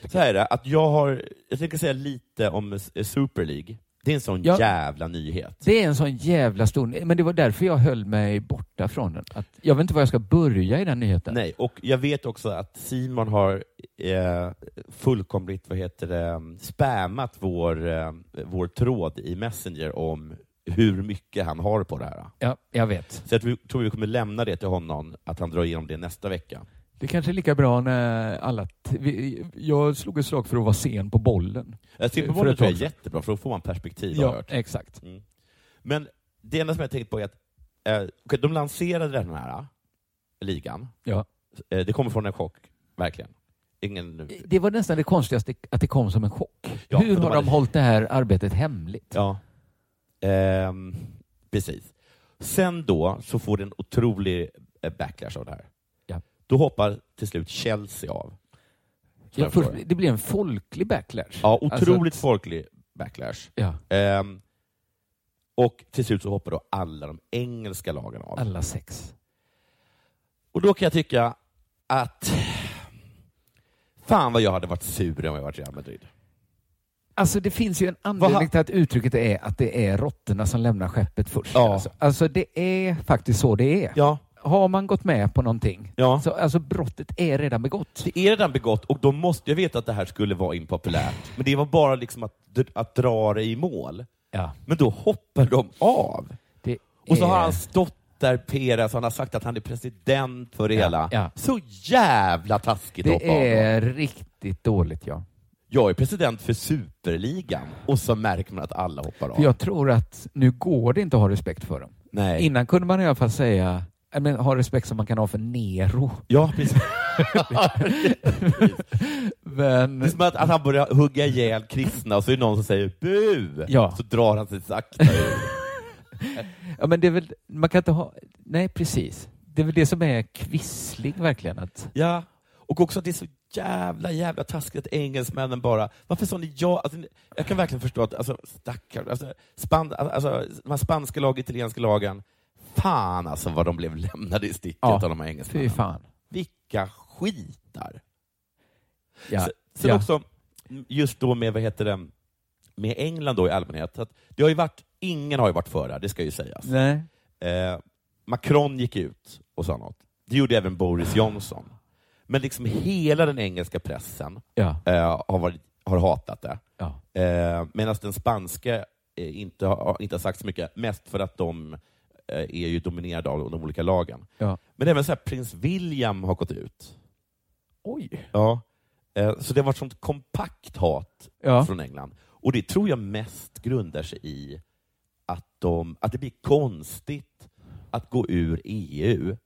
Speaker 10: Så här är det, att jag har, jag tänker säga lite om eh, Super League. Det är en sån
Speaker 16: Ja.
Speaker 10: jävla nyhet.
Speaker 16: Det är en sån jävla stor... Men det var därför jag höll mig borta från den. Att jag vet inte var jag ska börja i den nyheten.
Speaker 10: Nej, och jag vet också att Simon har eh, fullkomligt, vad heter det, spammat vår, eh, vår tråd i Messenger om hur mycket han har på det här.
Speaker 16: Ja, jag vet.
Speaker 10: Så jag tror tror vi kommer lämna det till honom, att han drar igenom det nästa vecka.
Speaker 16: Det kanske är lika bra när alla... T- vi, jag slog ett slag för att vara sen på bollen.
Speaker 10: Jag ser på
Speaker 16: För
Speaker 10: bollen
Speaker 16: ett
Speaker 10: tror
Speaker 16: tag
Speaker 10: jag Alltså, är
Speaker 16: sedan.
Speaker 10: jättebra, för då får man perspektiv.
Speaker 16: Ja,
Speaker 10: har jag hört.
Speaker 16: exakt.
Speaker 10: Mm. Men det enda som jag tänkt på är att eh, okej, de lanserade den här eh, ligan.
Speaker 16: Ja.
Speaker 10: Eh, det kommer från en chock, verkligen. Ingen...
Speaker 16: Det var nästan det konstigaste, att det kom som en chock.
Speaker 10: Ja,
Speaker 16: Eh, Hur
Speaker 10: för de
Speaker 16: har de
Speaker 10: hade-
Speaker 16: hållit det här arbetet hemligt?
Speaker 10: Ja. Ehm, precis. Sen då så får den otrolig eh, backlash av det här.
Speaker 16: Ja.
Speaker 10: Då hoppar till slut Chelsea av. Som
Speaker 16: Ja,
Speaker 10: jag förstår
Speaker 16: först, det blir en folklig backlash.
Speaker 10: Ja,
Speaker 16: Alltså-
Speaker 10: otroligt folklig backlash.
Speaker 16: Ja.
Speaker 10: Ehm, och till slut så hoppar då alla de engelska lagen av.
Speaker 16: Alla sex.
Speaker 10: Och då kan jag tycka att fan vad jag hade varit sur om jag varit Real Madrid.
Speaker 16: Alltså det finns ju en anledning till att uttrycket är att det är råttorna som lämnar skeppet först.
Speaker 10: Ja.
Speaker 16: Alltså, alltså det är faktiskt så det är.
Speaker 10: Ja.
Speaker 16: Har man gått med på någonting,
Speaker 10: Ja.
Speaker 16: så, alltså brottet är redan begått.
Speaker 10: Det är redan begått och då måste, jag vet att det här skulle vara impopulärt, men det var bara liksom att, att dra det i mål.
Speaker 16: Ja.
Speaker 10: Men då hoppar de av.
Speaker 16: Det
Speaker 10: och så har
Speaker 16: är-
Speaker 10: han stått där, Perez, han har sagt att han är president för det hela.
Speaker 16: ja.
Speaker 10: Så jävla taskigt att
Speaker 16: Det
Speaker 10: hoppa av.
Speaker 16: är riktigt dåligt ja.
Speaker 10: Jag är president för superligan och så märker man att alla hoppar av.
Speaker 16: För jag tror att nu går det inte att ha respekt för dem.
Speaker 10: Nej.
Speaker 16: Innan kunde man i alla fall säga, "Ja, men, ha respekt som man kan ha för Nero.
Speaker 10: Ja, precis.
Speaker 16: Men...
Speaker 10: Det är som att, att han börjar hugga ihjäl kristna och så är det någon som säger bu!
Speaker 16: Ja.
Speaker 10: Så drar han sig sakta ur.
Speaker 16: ja, men det är väl, man kan inte ha... Nej, precis. Det är väl det som är quisling verkligen. Att...
Speaker 10: Ja, och också att det är så jävla, jävla taskigt att engelsmännen bara, varför sa ni ja? Alltså, ni- jag kan verkligen förstå att, alltså, stackars, alltså, span, alltså, de här spanska lagen, italienska lagen, fan alltså vad de blev lämnade i sticket
Speaker 16: Ja,
Speaker 10: av de här engelsmännen.
Speaker 16: fy fan.
Speaker 10: Vilka skitar!
Speaker 16: Ja,
Speaker 10: Sen, sen
Speaker 16: ja.
Speaker 10: också, just då med, vad heter det, med England då i allmänhet, att det har ju varit, ingen har ju varit för det här, det ska ju sägas.
Speaker 16: Nej.
Speaker 10: Eh, Macron gick ut och sa något. Det gjorde även Boris Johnson. Men liksom hela den engelska pressen
Speaker 16: Ja.
Speaker 10: eh, har varit har hatat det.
Speaker 9: Ja.
Speaker 10: Eh, Medan den spanska eh, inte har, inte har sagt så mycket, mest för att de eh, är ju dominerade av de olika lagen.
Speaker 9: Ja.
Speaker 10: Men även så här, prins William har gått ut.
Speaker 9: Oj.
Speaker 10: Ja. Eh, Så det har varit sånt kompakt hat
Speaker 9: Ja.
Speaker 10: från England. Och det tror jag mest grundar sig i att, de, att det blir konstigt att gå ur EU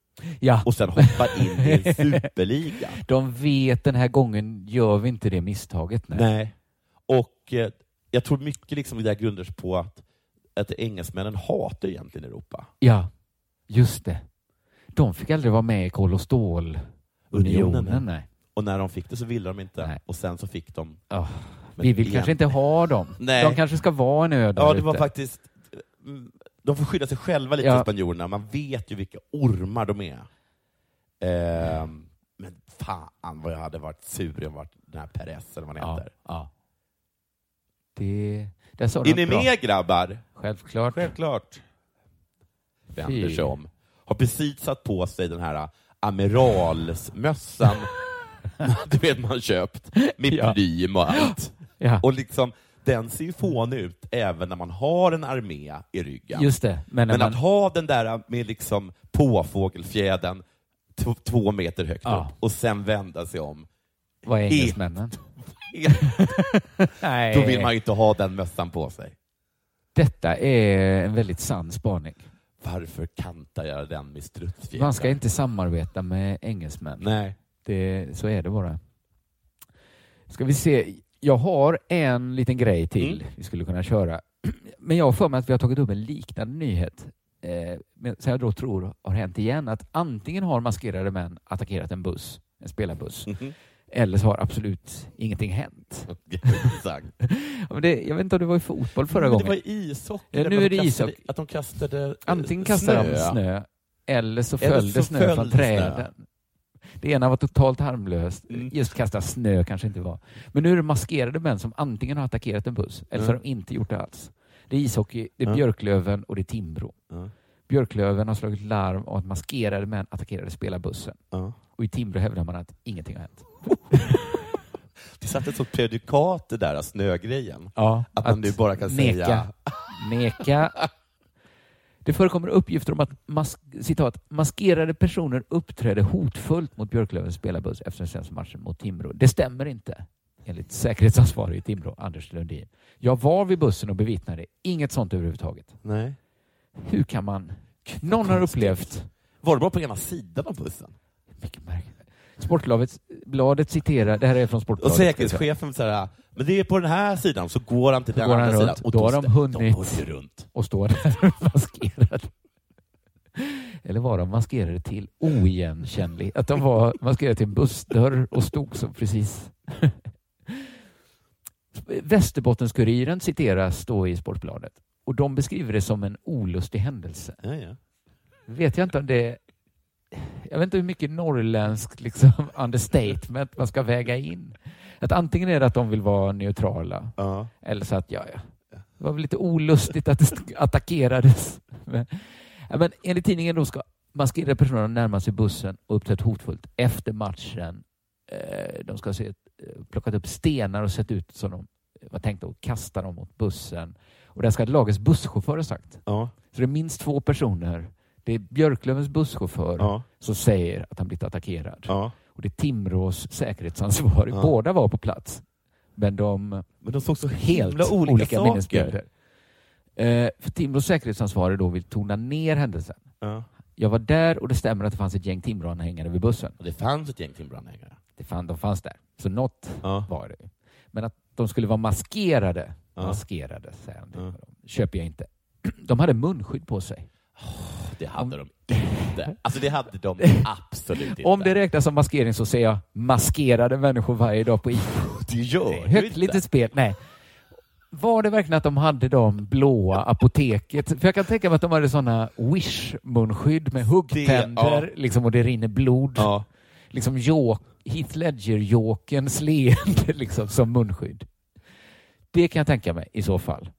Speaker 9: Ja.
Speaker 10: och sen hoppa in i en superliga.
Speaker 9: De vet den här gången gör vi inte det misstaget. Nej.
Speaker 10: Nej. Och eh, jag tror mycket liksom det där grundar sig på att, att engelsmännen hatar egentligen Europa.
Speaker 9: Ja, just det. De fick aldrig vara med i Kol och
Speaker 10: Unionen,
Speaker 9: stålunionen. Nej.
Speaker 10: Och när de fick det så ville de inte. Och sen så fick de. Men
Speaker 9: Vi vill
Speaker 10: igen-
Speaker 9: kanske inte ha dem.
Speaker 10: Nej.
Speaker 9: De kanske ska vara en ö där
Speaker 10: Ja, det var
Speaker 9: ute.
Speaker 10: faktiskt... mm, De får skydda sig själva lite,
Speaker 9: Ja.
Speaker 10: spanjorerna. Man vet ju vilka ormar de är.
Speaker 9: Mm.
Speaker 10: Ehm, men fan vad jag hade varit sur om varit den här Perez, eller vad han heter.
Speaker 9: Ja. Det, där sa du
Speaker 10: Är
Speaker 9: något
Speaker 10: ni
Speaker 9: bra.
Speaker 10: med grabbar?
Speaker 9: Självklart.
Speaker 10: Självklart. Vänder sig om. Har precis satt på sig den här amiralsmössan du vet man köpt, med
Speaker 9: Ja.
Speaker 10: plym och allt.
Speaker 9: Ja.
Speaker 10: Och liksom, den ser ju fånig ut även när man har en armé i ryggen.
Speaker 9: Just det, men
Speaker 10: Men,
Speaker 9: när man-
Speaker 10: att ha den där med liksom påfågelfjädern t- två meter högt
Speaker 9: Ja.
Speaker 10: upp och sen vända sig om.
Speaker 9: Vad är
Speaker 10: Helt-
Speaker 9: engelsmännen? Nej.
Speaker 10: Då vill man ju inte ha den mössan på sig.
Speaker 9: Eh. Detta är en väldigt sann spaning.
Speaker 10: Varför kantar jag den med strutsfjädrar?
Speaker 9: Man ska inte samarbeta med engelsmän.
Speaker 10: Nej.
Speaker 9: Det, så är det bara. Ska vi se. Jag har en liten grej till vi skulle kunna köra. Men jag har för mig att vi har tagit upp en liknande nyhet eh, men som jag då tror har hänt igen. Att antingen har maskerade män attackerat en buss, en spelarbuss, eller så har absolut ingenting hänt. Ja, men det, jag vet inte om det var i fotboll förra
Speaker 10: Men
Speaker 9: gången.
Speaker 10: Det var ishockey.
Speaker 9: Ja,
Speaker 10: där
Speaker 9: nu
Speaker 10: de
Speaker 9: är det
Speaker 10: kastade-
Speaker 9: ishockey.
Speaker 10: Att de kastade eh,
Speaker 9: Antingen kastade de snö eller så föll
Speaker 10: Eller så
Speaker 9: det snö från
Speaker 10: föll det snö.
Speaker 9: träden. Det ena var totalt harmlöst. Just kasta snö kanske inte var. Men nu är det maskerade män som antingen har attackerat en buss eller så har
Speaker 10: Mm.
Speaker 9: de inte gjort det alls. Det är ishockey, det är
Speaker 10: Mm.
Speaker 9: Björklöven och det är Timbro.
Speaker 10: Mm.
Speaker 9: Björklöven har slagit larm om att maskerade män attackerade spelarbussen.
Speaker 10: Mm.
Speaker 9: Och i Timbro hävdar man att ingenting har hänt.
Speaker 10: Det satte ett sånt prejudikat det där snögrejen.
Speaker 9: Ja,
Speaker 10: att man nu bara kan
Speaker 9: neka.
Speaker 10: säga...
Speaker 9: Neka. Det förekommer uppgifter om att mas citat, maskerade personer uppträdde hotfullt mot Björklövens spelarbuss efter den senaste matchen mot Timrå. Det stämmer inte, enligt säkerhetsansvarig i Timrå, Anders Lundin. Jag var vid bussen och bevittnade inget sånt överhuvudtaget.
Speaker 10: Nej.
Speaker 9: Hur kan man... Någon har upplevt...
Speaker 10: Var det bara på ena sidan av bussen?
Speaker 9: Sportbladet bladet citerar... Det här är från
Speaker 10: Och
Speaker 9: Sportbladet.
Speaker 10: säkerhetschefen så här, men det är på den här sidan, så går han till
Speaker 9: Så
Speaker 10: den
Speaker 9: går
Speaker 10: andra
Speaker 9: han runt
Speaker 10: sidan.
Speaker 9: och då har de hunnit
Speaker 10: går ju runt.
Speaker 9: och står där maskerade. Eller var de maskerade till oigenkännlig? Att de var maskerade till en bussdörr och stod som precis... Västerbottens-Kuriren citeras då i Sportbladet och de beskriver det som en olustig händelse.
Speaker 10: Ja, ja.
Speaker 9: Vet jag inte om det... Jag vet inte hur mycket norrländsk liksom, understatement man ska väga in. Att antingen är det att de vill vara neutrala eller så att ja, ja. Det var väl lite olustigt att det st- attackerades. Men, ja, men enligt tidningen då ska maskerade personer närma sig bussen och uppträtt hotfullt efter matchen. Eh, De ska ha sett, eh, plockat upp stenar och sett ut som de var tänkta att kasta dem mot bussen. Och det här ska lagets busschaufför ha sagt. Så det är minst två personer. Det är Björklövens busschaufför som säger att han blivit attackerad. Och det är Timrås säkerhetsansvarig.
Speaker 10: Ja.
Speaker 9: Båda var på plats. Men de,
Speaker 10: Men de såg så
Speaker 9: helt
Speaker 10: himla olika saker.
Speaker 9: minnesbilder. Eh, för Timrås säkerhetsansvarig då vill tona ner händelsen. Jag var där och det stämmer att det fanns ett gäng Timråanhängare vid bussen.
Speaker 10: Och det fanns ett gäng Timråanhängare.
Speaker 9: Det fan, de fanns där. Så något var det. ju. Men att de skulle vara maskerade, maskerade säger han, det köper jag inte. De hade munskydd på sig.
Speaker 10: Det hade de inte. Alltså det hade de absolut inte.
Speaker 9: Om det räknas som maskering så ser jag maskerade människor varje dag på IFK.
Speaker 10: Det gör du
Speaker 9: Högt
Speaker 10: inte.
Speaker 9: litet spel. Nej. Var det verkligen att de hade de blåa apoteket? För jag kan tänka mig att de hade sådana Wish-munskydd med huggtänder
Speaker 10: Det- ja.
Speaker 9: liksom, och det rinner blod. Liksom jo- Heath Ledger-jokens leende liksom, som munskydd. Det kan jag tänka mig i så fall.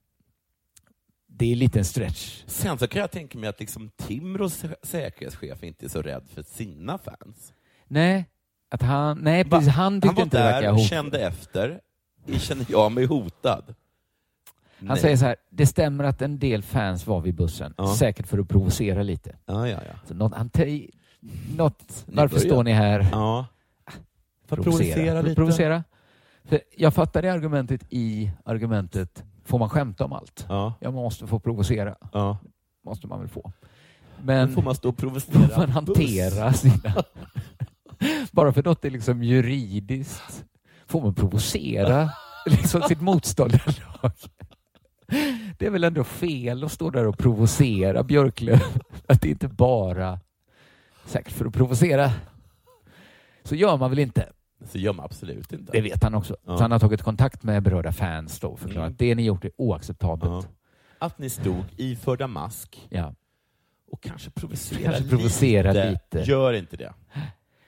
Speaker 9: Det är lite en stretch.
Speaker 10: Sen så kan jag tänka mig att liksom Timrås sä- säkerhetschef inte är så rädd för sina fans.
Speaker 9: Nej, att han, nej precis, han tyckte
Speaker 10: var
Speaker 9: inte det
Speaker 10: där,
Speaker 9: verkade hotfullt.
Speaker 10: kände efter, känner jag mig hotad.
Speaker 9: Han
Speaker 10: Nej.
Speaker 9: säger så här, det stämmer att en del fans var vid bussen,
Speaker 10: Ja.
Speaker 9: säkert för att provocera lite.
Speaker 10: Ja, ja, ja.
Speaker 9: Så något, han tej- något,
Speaker 10: Ni
Speaker 9: varför
Speaker 10: börjar.
Speaker 9: står ni här?
Speaker 10: Ja. För att provocera lite.
Speaker 9: provocera. För jag fattar det argumentet i argumentet, får man skämta om allt?
Speaker 10: Ja.
Speaker 9: Jag måste få provocera.
Speaker 10: Ja.
Speaker 9: måste man väl få.
Speaker 10: Men
Speaker 9: Men
Speaker 10: får man stå och provocera
Speaker 9: får man hantera
Speaker 10: buss?
Speaker 9: sina... Bara för något är liksom juridiskt får man provocera liksom sitt motståndarlag. Det är väl ändå fel att stå där och provocera Björklöv. Att det inte bara säkert för att provocera. Så gör man väl inte.
Speaker 10: Så gör man absolut inte.
Speaker 9: Det vet han också.
Speaker 10: Ja. Mm.
Speaker 9: Så han har ttagit kontakt med berörda fans då och förklarat att det ni gjort är oacceptabelt.
Speaker 10: Att ni stod iförda mask
Speaker 9: Ja.
Speaker 10: och kanske provocerade
Speaker 9: Kanske provocera lite.
Speaker 10: Gör inte det.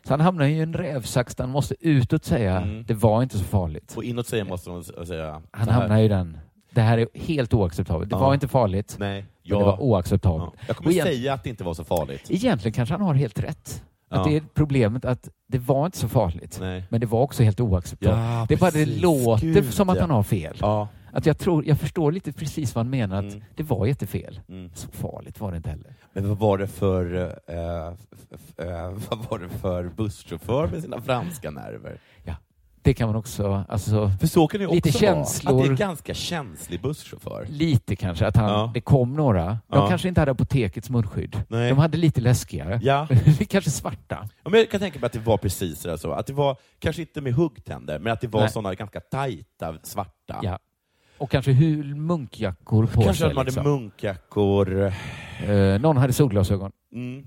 Speaker 9: Så han hamnar i en rävsax där han måste utåt säga det var inte så farligt.
Speaker 10: Mm. Och inåt säger måste de s- säga...
Speaker 9: Han
Speaker 10: så här.
Speaker 9: hamnar i den. Det här är helt oacceptabelt. Det
Speaker 10: Ja.
Speaker 9: var inte farligt.
Speaker 10: Nej,
Speaker 9: men det var oacceptabelt.
Speaker 10: Jag kommer
Speaker 9: Och egent-
Speaker 10: säga att det inte var så farligt.
Speaker 9: Egentligen kanske han har helt rätt. Att
Speaker 10: Ja.
Speaker 9: Det är problemet att det var inte så farligt,
Speaker 10: Nej.
Speaker 9: men det var också helt oacceptabelt.
Speaker 10: Ja,
Speaker 9: det är bara det
Speaker 10: precis.
Speaker 9: låter
Speaker 10: Gud,
Speaker 9: som att
Speaker 10: ja.
Speaker 9: han har fel.
Speaker 10: Ja.
Speaker 9: Att jag, tror, jag förstår lite precis vad han menar,
Speaker 10: Mm.
Speaker 9: att det var jättefel. Så farligt var det inte heller.
Speaker 10: Men vad var det för, eh, f- f- eh, vad var det för busschaufför med sina franska nerver?
Speaker 9: Det kan man också... Alltså,
Speaker 10: För så kan det ju
Speaker 9: lite
Speaker 10: också
Speaker 9: känslor.
Speaker 10: vara, att det är en ganska känslig busschaufför.
Speaker 9: Lite kanske, att han, det kom några. De
Speaker 10: Ja.
Speaker 9: kanske inte hade apotekets munskydd.
Speaker 10: Nej.
Speaker 9: De hade lite läskigare.
Speaker 10: Ja.
Speaker 9: kanske svarta.
Speaker 10: Ja, men jag kan tänka mig att det var precis det där så. Att det var, kanske inte med huggtänder, men att det var
Speaker 9: Nej.
Speaker 10: sådana ganska tajta svarta.
Speaker 9: Ja. Och kanske hur munkjackor på
Speaker 10: Kanske
Speaker 9: sig. liksom.
Speaker 10: att man hade munkjackor.
Speaker 9: Eh, någon hade solglasögon.
Speaker 10: Mm.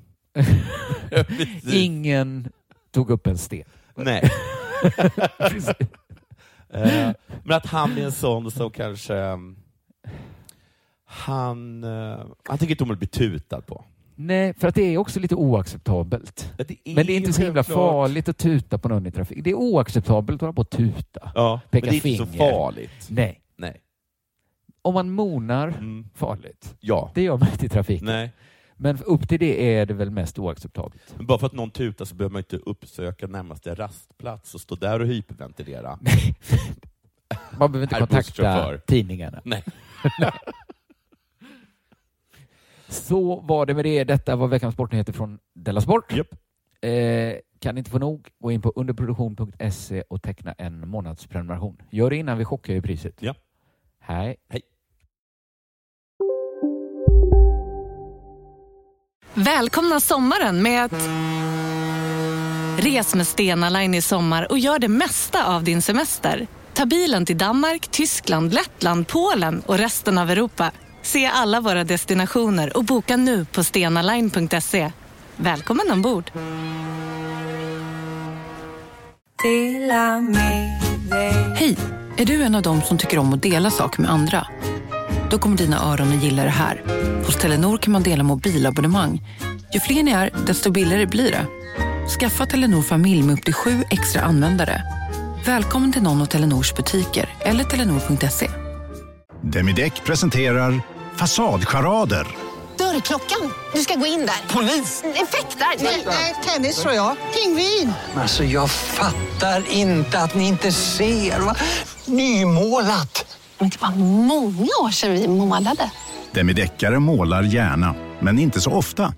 Speaker 9: Ingen tog upp en sten.
Speaker 10: Nej. Eh, men att han är en sån som kanske... eh, Han, eh, han tycker inte om att bli tutad på.
Speaker 9: Nej, för att det är också lite oacceptabelt. Men det är inte så himla
Speaker 10: självklart.
Speaker 9: farligt att tuta på någon i trafik. Det är oacceptabelt att hålla på och tuta.
Speaker 10: Ja, men
Speaker 9: peka
Speaker 10: det är inte så
Speaker 9: finger.
Speaker 10: farligt.
Speaker 9: Nej.
Speaker 10: Nej.
Speaker 9: Om man monar, farligt.
Speaker 10: Ja.
Speaker 9: Det gör man inte i trafiken.
Speaker 10: Nej.
Speaker 9: Men upp till det är det väl mest oacceptabelt.
Speaker 10: Men bara för att någon tutar så behöver man inte uppsöka närmaste rastplats och stå där och hyperventilera.
Speaker 9: Man behöver inte
Speaker 10: Herr
Speaker 9: kontakta
Speaker 10: busschaufför.
Speaker 9: tidningarna.
Speaker 10: Nej.
Speaker 9: Så var det med det. Detta var veckans sportnyheter från Della Sport. Eh, kan inte få nog. Gå in på underproduktion.se E och teckna en månadsprenumeration. Gör det innan vi chockhöjer priset.
Speaker 10: Ja.
Speaker 9: Hej.
Speaker 10: Hej.
Speaker 18: Välkomna sommaren med att... Res med Stena Line i sommar och gör det mesta av din semester. Ta bilen till Danmark, Tyskland, Lettland, Polen och resten av Europa. Se alla våra destinationer och boka nu på stenaline.se. Välkommen ombord!
Speaker 17: Hej! Är du en av dem som tycker om att dela saker med andra? Då kommer dina öron att gilla det här. Hos Telenor kan man dela mobilabonnemang. Ju fler ni är, desto billigare blir det. Skaffa Telenor familj med upp till sju extra användare. Välkommen till någon av Telenors butiker eller telenor.se.
Speaker 16: Demideck presenterar Fasadcharader.
Speaker 19: Dörrklockan. Du ska gå in där. Polis? Effektar? Nej, tennis tror jag. Pingvin.
Speaker 2: Alltså jag fattar inte att ni inte ser. Va? Nymålat.
Speaker 19: Men det var många år sedan vi målade.
Speaker 16: Demideckare målar gärna, men inte så ofta.